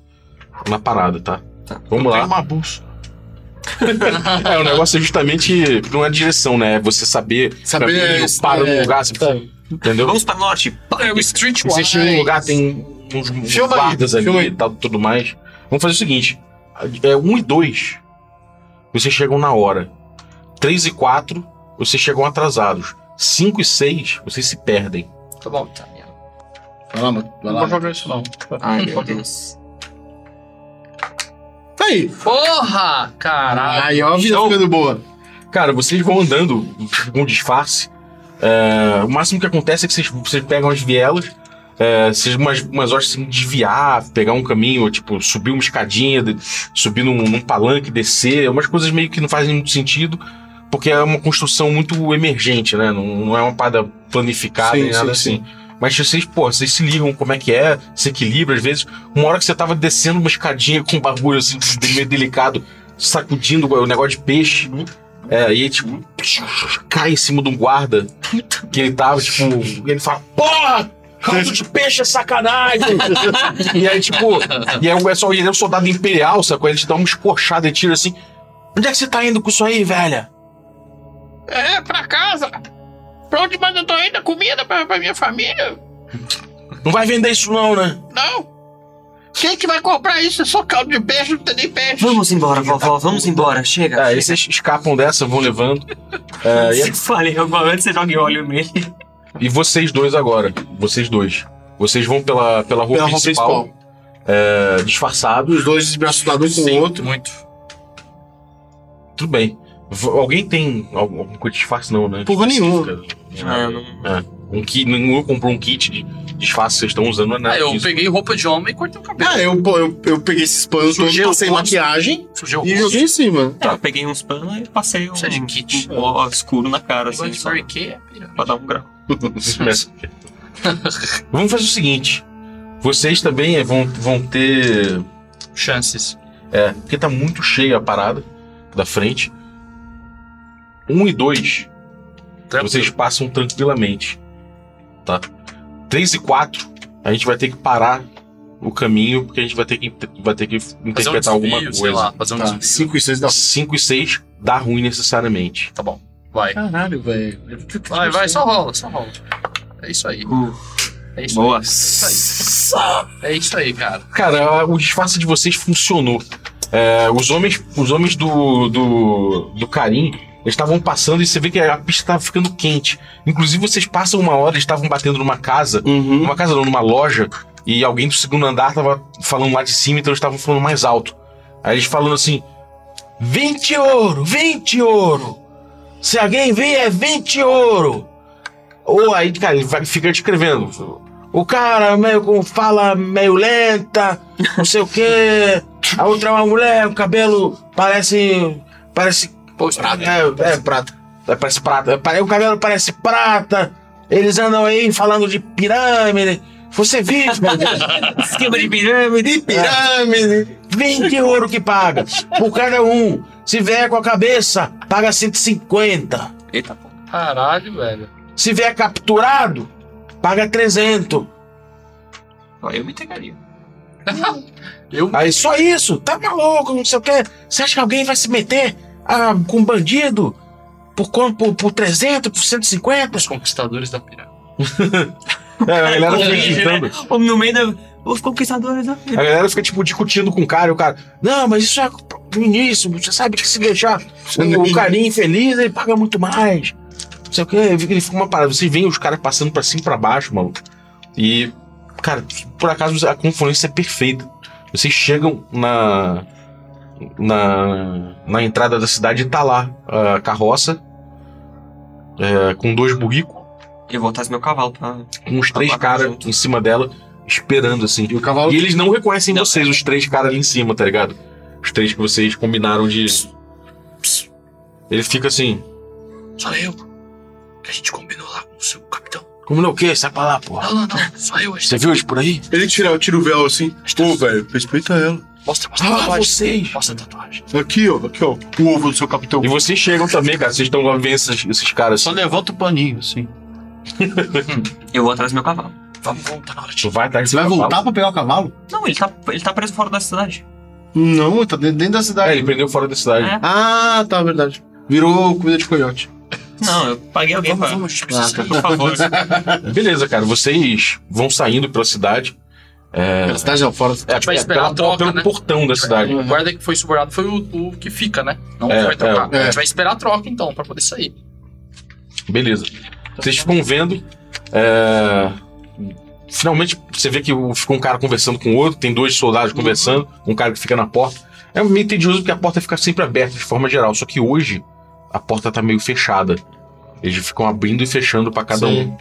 [SPEAKER 1] na parada, tá?
[SPEAKER 2] Tá.
[SPEAKER 1] Vamos
[SPEAKER 6] Tem
[SPEAKER 1] lá.
[SPEAKER 6] uma bolsa.
[SPEAKER 1] É, o negócio é justamente. Não é direção, né? É você saber.
[SPEAKER 4] Saber
[SPEAKER 1] pra mim,
[SPEAKER 4] é-
[SPEAKER 1] eu paro num
[SPEAKER 4] é-
[SPEAKER 1] lugar, você, entendeu?
[SPEAKER 2] Vamos para o norte. Pá,
[SPEAKER 3] É o Streetwise.
[SPEAKER 1] Você chega num um lugar, tem um, uns uns
[SPEAKER 6] Filma aí,
[SPEAKER 1] guardas ali
[SPEAKER 6] filma aí.
[SPEAKER 1] e tal, tudo mais. Vamos fazer o seguinte: é 1 e 2, vocês chegam na hora. 3 e 4, vocês chegam atrasados. 5 e 6, vocês se perdem.
[SPEAKER 3] Tá bom, tá. minha.
[SPEAKER 4] Vai lá, mano. Vai
[SPEAKER 6] Não vou
[SPEAKER 4] lá.
[SPEAKER 6] jogar isso, não.
[SPEAKER 2] Ai, meu Deus.
[SPEAKER 4] Aí!
[SPEAKER 3] Porra! Caralho!
[SPEAKER 4] Aí, ó, a vida
[SPEAKER 1] Show.
[SPEAKER 4] ficando boa.
[SPEAKER 1] Cara, vocês vão andando tipo, com disfarce. É, o máximo que acontece é que vocês, vocês pegam as vielas, é, vocês umas, umas horas assim, desviar, pegar um caminho, ou, tipo, subir uma escadinha, de- subir num, num palanque, descer, é umas coisas meio que não fazem muito sentido, porque é uma construção muito emergente, né? Não, não é uma parada planificada
[SPEAKER 4] Sim,
[SPEAKER 1] nem nada
[SPEAKER 4] sim,
[SPEAKER 1] assim. Mas vocês, pô, vocês se ligam como é que é, se equilibra, às vezes. Uma hora que você tava descendo uma escadinha com um bagulho assim, meio delicado, sacudindo o negócio de peixe.
[SPEAKER 4] Uhum.
[SPEAKER 1] É, e aí, tipo, cai em cima de um guarda que ele tava, tipo, e ele fala, porra! Caldo de peixe é sacanagem! e aí, tipo, e aí o é só, ele é um soldado imperial, sacou? Ele te dá uma escorchada e tira assim. Onde é que você tá indo com isso aí, velha?
[SPEAKER 6] É, pra casa. Pra onde mais eu tô indo? Comida pra, pra minha família?
[SPEAKER 1] Não vai vender isso não, né?
[SPEAKER 6] Não. Quem que vai comprar isso? É só caldo de peixe, não tem nem peixe.
[SPEAKER 2] Vamos embora, vovó, vamos embora. Chega.
[SPEAKER 1] É,
[SPEAKER 3] Ah,
[SPEAKER 1] Aí
[SPEAKER 2] chega.
[SPEAKER 1] vocês escapam dessa, vão levando. É, e é
[SPEAKER 2] Se falei alguma vez, você joga óleo nele.
[SPEAKER 1] E vocês dois agora, vocês dois. Vocês vão pela, pela rua
[SPEAKER 4] Pela rua
[SPEAKER 1] principal,
[SPEAKER 4] principal.
[SPEAKER 1] é, disfarçados,
[SPEAKER 4] Os dois desbraçados um com
[SPEAKER 3] Sim,
[SPEAKER 4] o outro.
[SPEAKER 3] muito.
[SPEAKER 1] tudo bem. V- alguém tem algum, algum coisa de disfarce, não, né?
[SPEAKER 4] Porra nenhuma.
[SPEAKER 3] Ah,
[SPEAKER 1] É, um kit, nenhum comprou um kit de disfarce que vocês estão usando, não é nada.
[SPEAKER 3] Ah, eu
[SPEAKER 1] disso.
[SPEAKER 3] peguei roupa de homem e cortei o cabelo.
[SPEAKER 4] Ah, eu, pô, eu, eu peguei esses panos todos,
[SPEAKER 3] Sujei o
[SPEAKER 4] passei
[SPEAKER 3] rosto.
[SPEAKER 4] maquiagem
[SPEAKER 3] Sujei o
[SPEAKER 4] e
[SPEAKER 3] rosto.
[SPEAKER 4] joguei em cima.
[SPEAKER 2] É, eu peguei uns panos e passei um,
[SPEAKER 3] Isso é de kit.
[SPEAKER 2] um pó escuro na cara,
[SPEAKER 3] Negócio
[SPEAKER 2] assim,
[SPEAKER 3] de
[SPEAKER 2] só
[SPEAKER 3] Fairy Kay é piranha.
[SPEAKER 2] pra dar um grau.
[SPEAKER 1] Mas- Vamos fazer o seguinte. Vocês também é, vão, vão ter.
[SPEAKER 3] Chances.
[SPEAKER 1] É, porque tá muito cheia a parada da frente. Um e dois vocês passam tranquilamente. Tá? 3 e 4, a gente vai ter que parar o caminho, porque a gente vai ter que, inter- vai ter que
[SPEAKER 3] Fazer um
[SPEAKER 1] interpretar
[SPEAKER 3] desvio,
[SPEAKER 1] alguma
[SPEAKER 3] sei
[SPEAKER 1] coisa.
[SPEAKER 3] lá. Fazer um
[SPEAKER 4] Tá,
[SPEAKER 3] desvio.
[SPEAKER 4] 5 e 6 da
[SPEAKER 1] 5 e 6 dá ruim necessariamente.
[SPEAKER 3] Tá bom. Vai.
[SPEAKER 4] Caralho, velho.
[SPEAKER 3] Vai, vai, só rola, só rola. É isso aí. É isso
[SPEAKER 2] Boa.
[SPEAKER 3] aí. É isso aí, cara.
[SPEAKER 1] Cara, o disfarce de vocês funcionou. É, os homens, os homens do, do, do Karim, eles estavam passando e você vê que a pista estava ficando quente. Inclusive, vocês passam uma hora, eles estavam batendo numa casa
[SPEAKER 4] Uhum.
[SPEAKER 1] numa casa não, numa loja, e alguém do segundo andar tava falando lá de cima, então eles estavam falando mais alto. Aí eles falando assim: 20 ouro, 20 ouro! Se alguém vir, é 20 ouro! Ou aí, cara, ele vai, fica descrevendo. O cara meio com fala meio lenta, não sei o quê. A outra é uma mulher, o cabelo parece. parece
[SPEAKER 3] Pô, está
[SPEAKER 1] é, é prata. É, parece prata. É, pare- o cabelo parece prata. Eles andam aí falando de pirâmide. Você viu?
[SPEAKER 2] Esquema de pirâmide. É.
[SPEAKER 4] Pirâmide.
[SPEAKER 1] 20 ouro que paga. Por cada um. Se vier com a cabeça, paga 150.
[SPEAKER 2] Eita, pô.
[SPEAKER 3] Caralho, velho.
[SPEAKER 1] Se vier capturado, paga 300.
[SPEAKER 2] Ó, Eu me entregaria.
[SPEAKER 3] Eu.
[SPEAKER 1] Aí só isso. Tá maluco, não sei o quê. Você acha que alguém vai se meter ah, com bandido? Por, quanto? por, por 300, por 150?
[SPEAKER 3] Os conquistadores da pirâmide.
[SPEAKER 1] É, a galera
[SPEAKER 2] fica gritando. Ô, No meio da. Os conquistadores da
[SPEAKER 1] A galera fica, tipo, discutindo com o cara, e o cara, não, mas isso é pro início, você sabe que se deixar o, o carinha infeliz, ele paga muito mais. Não sei o que, ele fica uma parada. Vocês veem os caras passando pra cima e pra baixo, maluco. E, cara, por acaso a confluência é perfeita. Vocês chegam na. Na, na entrada da cidade e tá lá a carroça é, com dois burricos,
[SPEAKER 2] Eu vou atrás do meu cavalo pra.
[SPEAKER 1] com uns três
[SPEAKER 2] Tá
[SPEAKER 1] caras
[SPEAKER 2] junto.
[SPEAKER 1] em cima dela, esperando assim.
[SPEAKER 4] E o cavalo.
[SPEAKER 1] E eles não reconhecem
[SPEAKER 2] Não.
[SPEAKER 3] é.
[SPEAKER 1] vocês, os três caras ali em cima, tá ligado? Os três que vocês combinaram de. Ele fica assim.
[SPEAKER 3] Só eu. Que a gente combinou lá com o seu capitão.
[SPEAKER 1] Combinou o quê? Sai pra lá, porra.
[SPEAKER 3] Não, não, não. Só eu. a gente-
[SPEAKER 1] Você viu eles por aí?
[SPEAKER 4] Ele tira, tira o véu assim. Pô, velho, respeita ela.
[SPEAKER 3] Mostra, mostra a
[SPEAKER 1] Ah,
[SPEAKER 3] tatuagem.
[SPEAKER 1] vocês!
[SPEAKER 3] Mostra a tatuagem.
[SPEAKER 4] Aqui, ó, aqui, ó. O ovo do seu capitão.
[SPEAKER 1] E vocês chegam também, cara. Vocês estão lá vendo esses, esses caras.
[SPEAKER 6] Só levanta o paninho, assim.
[SPEAKER 2] Eu vou atrás do meu cavalo.
[SPEAKER 3] Vamos, vamos, tá na hora de.
[SPEAKER 1] Tu vai atrás
[SPEAKER 4] Você
[SPEAKER 1] do
[SPEAKER 4] vai
[SPEAKER 1] cavalo.
[SPEAKER 4] voltar pra pegar o cavalo?
[SPEAKER 2] Não, ele tá, ele tá preso fora da cidade.
[SPEAKER 4] Não, ele tá dentro, dentro da
[SPEAKER 1] É,
[SPEAKER 4] cidade.
[SPEAKER 1] ele prendeu fora da cidade.
[SPEAKER 2] É.
[SPEAKER 4] Ah, tá, verdade. Virou comida de coiote.
[SPEAKER 2] Não, eu paguei alguém
[SPEAKER 3] Vamos,
[SPEAKER 2] pra.
[SPEAKER 3] vamos, a gente precisa sair.
[SPEAKER 2] Por favor.
[SPEAKER 1] Beleza, cara. Vocês vão saindo pela cidade.
[SPEAKER 4] Pela cidade não, tá fora.
[SPEAKER 1] É,
[SPEAKER 3] vai
[SPEAKER 1] é,
[SPEAKER 3] esperar
[SPEAKER 1] pela-
[SPEAKER 3] a troca,
[SPEAKER 1] pelo
[SPEAKER 3] né?
[SPEAKER 1] portão da cidade.
[SPEAKER 3] O guarda que foi subornado foi o, o que fica, né? Não
[SPEAKER 1] É,
[SPEAKER 3] vai trocar.
[SPEAKER 4] é.
[SPEAKER 3] A gente vai esperar a troca, então, pra poder sair.
[SPEAKER 1] Beleza. Vocês ficam vendo. é, Finalmente você vê que o- fica um cara conversando com o outro, tem dois soldados conversando, um cara que fica na porta. É meio tedioso porque a porta fica sempre aberta de forma geral, só que hoje a porta tá meio fechada. Eles ficam abrindo e fechando pra cada
[SPEAKER 3] Sim.
[SPEAKER 1] um.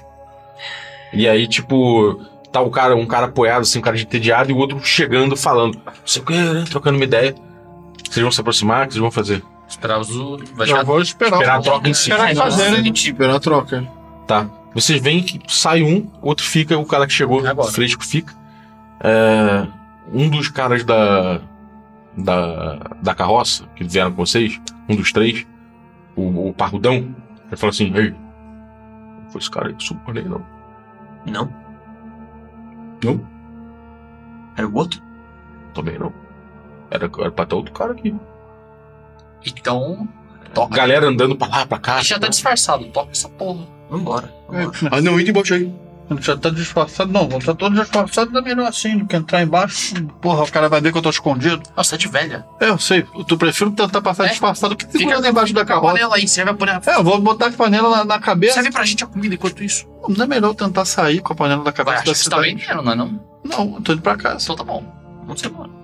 [SPEAKER 1] E aí, tipo, tá o cara, um cara apoiado, assim, um cara de entediado, e o outro chegando, falando, não sei o que, né, trocando uma ideia. Vocês vão se aproximar, o que vocês vão fazer?
[SPEAKER 3] Esperar os. Vai
[SPEAKER 6] Já
[SPEAKER 3] chegar.
[SPEAKER 6] vou esperar.
[SPEAKER 1] Esperar a troca em si.
[SPEAKER 6] Esperar
[SPEAKER 2] Nossa, a
[SPEAKER 6] fazer, né?
[SPEAKER 2] gente
[SPEAKER 4] Pela Tipo, troca.
[SPEAKER 1] Tá. Vocês veem que sai um, outro fica, o cara que chegou
[SPEAKER 3] Agora.
[SPEAKER 1] fresco fica. É, um dos caras da, da. da carroça, que vieram com vocês, um dos três, o, o parrudão, ele fala assim: Ei, não foi esse cara aí que subiu ali, não.
[SPEAKER 2] Não.
[SPEAKER 4] Não?
[SPEAKER 2] Era o outro?
[SPEAKER 1] Também não. Era, era pra ter outro cara aqui.
[SPEAKER 3] Então. Toca.
[SPEAKER 1] Galera andando pra lá, pra cá.
[SPEAKER 3] Ele já tá disfarçado, toca essa porra.
[SPEAKER 2] Vambora. vambora.
[SPEAKER 4] Ah, não, indo embaixo aí.
[SPEAKER 6] Já tá disfarçado, não. Vamos estar todos disfarçados, é melhor assim do que entrar embaixo. Porra, o cara vai ver que eu tô escondido.
[SPEAKER 3] Nossa, é de velha.
[SPEAKER 6] É, Eu sei, eu tu prefiro tentar passar
[SPEAKER 3] É?
[SPEAKER 6] disfarçado que
[SPEAKER 3] Fica
[SPEAKER 6] ficar debaixo da
[SPEAKER 3] A
[SPEAKER 6] carroça.
[SPEAKER 3] panela aí, serve a panela.
[SPEAKER 6] É, eu vou botar a panela na, na cabeça.
[SPEAKER 3] Serve pra gente a comida enquanto isso.
[SPEAKER 6] Não é melhor eu tentar sair com a panela da
[SPEAKER 3] Vai
[SPEAKER 6] cabeça
[SPEAKER 3] achar
[SPEAKER 6] da
[SPEAKER 3] que você tá
[SPEAKER 6] cidade?
[SPEAKER 3] vendendo, não é não?
[SPEAKER 6] Não, eu tô indo pra casa.
[SPEAKER 3] Então tá bom.
[SPEAKER 2] Vamos embora.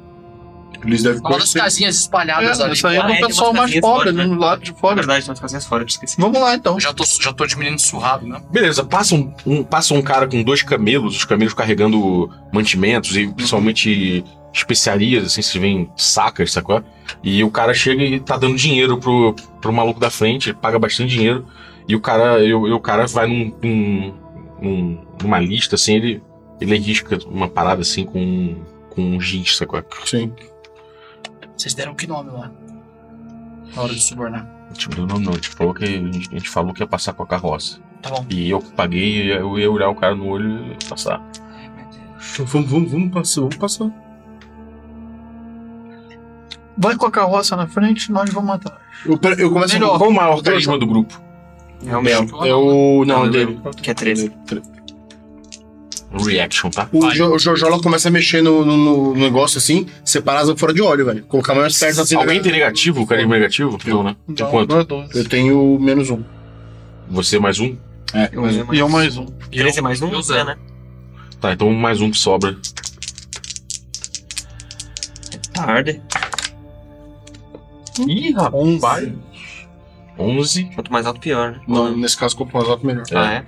[SPEAKER 4] Eles devem
[SPEAKER 3] Uma das
[SPEAKER 4] conhecer.
[SPEAKER 3] casinhas espalhadas
[SPEAKER 6] É,
[SPEAKER 3] ali.
[SPEAKER 6] isso aí é
[SPEAKER 2] Ah,
[SPEAKER 6] do
[SPEAKER 2] é, tem
[SPEAKER 6] pessoal
[SPEAKER 2] umas
[SPEAKER 6] mais
[SPEAKER 2] casinhas fora,
[SPEAKER 6] pobre, né? do lado de
[SPEAKER 2] Na
[SPEAKER 6] fora.
[SPEAKER 2] verdade, nós fazemos fora, eu te esqueci.
[SPEAKER 6] Vamos lá, então.
[SPEAKER 3] Eu já tô, já tô diminuindo surrado, né?
[SPEAKER 1] Beleza, passa um, um- passa um cara com dois camelos, os camelos carregando mantimentos e principalmente especiarias, assim, se vêm sacas, sacou? E o cara chega e tá dando dinheiro pro, pro maluco da frente, ele paga bastante dinheiro, e o cara, e o, e o cara vai num, num- num- numa lista, assim, ele, ele risca uma parada assim com, com um giz, sacou?
[SPEAKER 4] Sim.
[SPEAKER 3] Vocês deram que nome lá? Na hora de subornar.
[SPEAKER 1] Tipo, não, não, não, a gente falou que a gente, a gente falou que ia passar com a carroça.
[SPEAKER 3] Tá bom.
[SPEAKER 1] E eu que paguei, eu ia olhar o cara no olho e passar.
[SPEAKER 4] Então vamos, vamos, vamos passar, vamos passar.
[SPEAKER 6] Vai com a carroça na frente, nós vamos matar.
[SPEAKER 4] Eu, pera- eu começo
[SPEAKER 6] Melhor.
[SPEAKER 1] Qual o maior carisma do grupo?
[SPEAKER 2] É o meu.
[SPEAKER 4] Não, é o. Não, é dele.
[SPEAKER 2] Que é 13.
[SPEAKER 1] Reaction, tá?
[SPEAKER 4] O jo, o Jojola começa a mexer no, no- no negócio assim, separar as fora de óleo, velho. Colocar mais perto assim.
[SPEAKER 1] Alguém tem negativo, carisma negativo? né? Não, né? Tem quanto?
[SPEAKER 6] agora dois.
[SPEAKER 4] Eu tenho menos um.
[SPEAKER 1] Você mais um?
[SPEAKER 4] É,
[SPEAKER 2] Eu uso
[SPEAKER 6] E eu
[SPEAKER 2] mais.
[SPEAKER 6] mais um.
[SPEAKER 2] 13 é mais um?
[SPEAKER 3] eu
[SPEAKER 2] né,
[SPEAKER 3] zero.
[SPEAKER 2] né?
[SPEAKER 1] Tá, então mais um que sobra.
[SPEAKER 2] Tarde.
[SPEAKER 1] Ih, rapaz.
[SPEAKER 6] Um
[SPEAKER 1] Vai. 11.
[SPEAKER 2] Quanto mais alto, pior, né?
[SPEAKER 4] Não, nesse caso, quanto mais alto, melhor.
[SPEAKER 1] É.
[SPEAKER 2] Ah, é?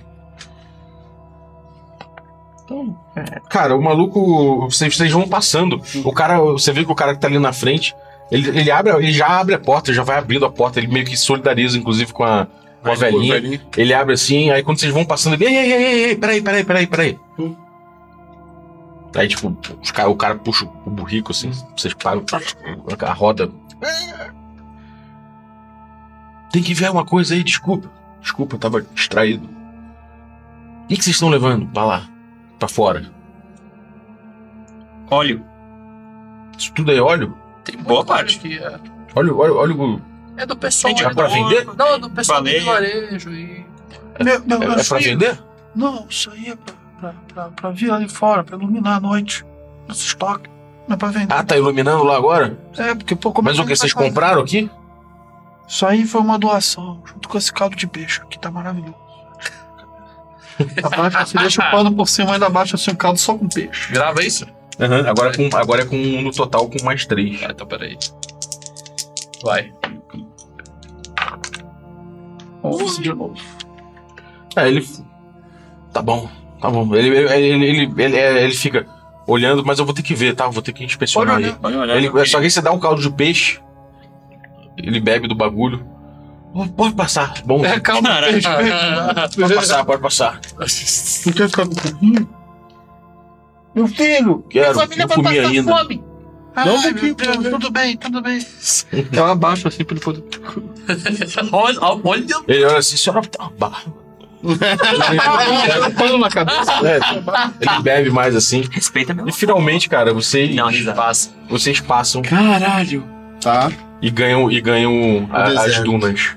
[SPEAKER 2] Então,
[SPEAKER 1] Cara, o maluco, vocês, vocês vão passando. O cara, você vê que o cara que tá ali na frente, ele, ele abre, ele já abre a porta, já vai abrindo a porta, ele meio que solidariza, inclusive, com a, com a velhinha. Ele abre assim, aí quando vocês vão passando, ele. Ei, ei, ei, ei, ei, peraí, peraí, peraí, peraí.
[SPEAKER 4] Hum.
[SPEAKER 1] Aí, tipo, os ca- o cara puxa o burrico assim, vocês param, tipo, a roda. Tem que ver uma coisa aí, desculpa. Desculpa, eu tava distraído. O que que vocês estão levando pra lá? Pra fora?
[SPEAKER 2] Óleo.
[SPEAKER 1] Isso tudo aí, óleo?
[SPEAKER 3] Tem muita
[SPEAKER 2] Boa
[SPEAKER 3] coisa
[SPEAKER 2] parte.
[SPEAKER 3] que é.
[SPEAKER 1] Olha, olha, olha o.
[SPEAKER 3] É do pessoal.
[SPEAKER 1] Gente, é
[SPEAKER 3] né,
[SPEAKER 1] pra
[SPEAKER 3] do-
[SPEAKER 1] vender?
[SPEAKER 3] Não, é do pessoal do
[SPEAKER 2] Baleia.
[SPEAKER 3] varejo e.
[SPEAKER 6] Meu, meu,
[SPEAKER 1] É, é
[SPEAKER 6] isso
[SPEAKER 1] pra
[SPEAKER 6] aí-
[SPEAKER 1] vender?
[SPEAKER 6] Não, isso aí é pra, pra, pra, pra vir ali fora, pra iluminar a noite. Nosso estoque. Não é pra vender.
[SPEAKER 1] Ah, tá iluminando lá agora?
[SPEAKER 6] É, porque, pô, como é
[SPEAKER 1] Mas o
[SPEAKER 6] a
[SPEAKER 1] que?
[SPEAKER 6] gente vai
[SPEAKER 1] Vocês
[SPEAKER 6] fazer?
[SPEAKER 1] compraram aqui?
[SPEAKER 6] Isso aí foi uma doação, junto com esse caldo de peixe aqui, tá maravilhoso. Abaixa, você deixa o pano por cima e ainda abaixa assim, o caldo só com peixe.
[SPEAKER 3] Grava isso?
[SPEAKER 1] Aham. Agora, é com, agora é com no total com mais três.
[SPEAKER 3] Ah, então peraí. Vai.
[SPEAKER 6] Onze de novo.
[SPEAKER 1] Aí É, ele. Tá bom, tá bom. Ele, ele, ele, ele, ele- é, ele fica olhando, mas eu vou ter que ver, tá? Vou ter que
[SPEAKER 6] Olha,
[SPEAKER 1] inspecionar aí.
[SPEAKER 6] olha.
[SPEAKER 2] Olha, olha.
[SPEAKER 1] Ele, só que aí você dá um caldo de peixe, ele bebe do bagulho. Pô, Pode passar, bom.
[SPEAKER 6] É, caldo de
[SPEAKER 2] Cara.
[SPEAKER 6] peixe.
[SPEAKER 1] Pode passar, pode passar.
[SPEAKER 4] Não quer ficar com o pouquinho?
[SPEAKER 6] Meu filho!
[SPEAKER 1] Quero, não comi ainda.
[SPEAKER 6] fome! Ai,
[SPEAKER 4] Não,
[SPEAKER 6] meu
[SPEAKER 4] porque-
[SPEAKER 6] Deus, tudo bem, tudo bem. Eu abaixo assim pra ele poder.
[SPEAKER 3] olha, olha.
[SPEAKER 1] Ele olha assim, senhora tá uma barba.
[SPEAKER 6] Põe o pano na cabeça.
[SPEAKER 1] É, ele bebe mais assim.
[SPEAKER 2] Respeita meu.
[SPEAKER 1] E finalmente, cara, vocês,
[SPEAKER 2] Não, risada.
[SPEAKER 1] vocês passam
[SPEAKER 4] Caralho. Tá.
[SPEAKER 1] e ganham, e ganham a- as
[SPEAKER 4] deserto.
[SPEAKER 1] dunas.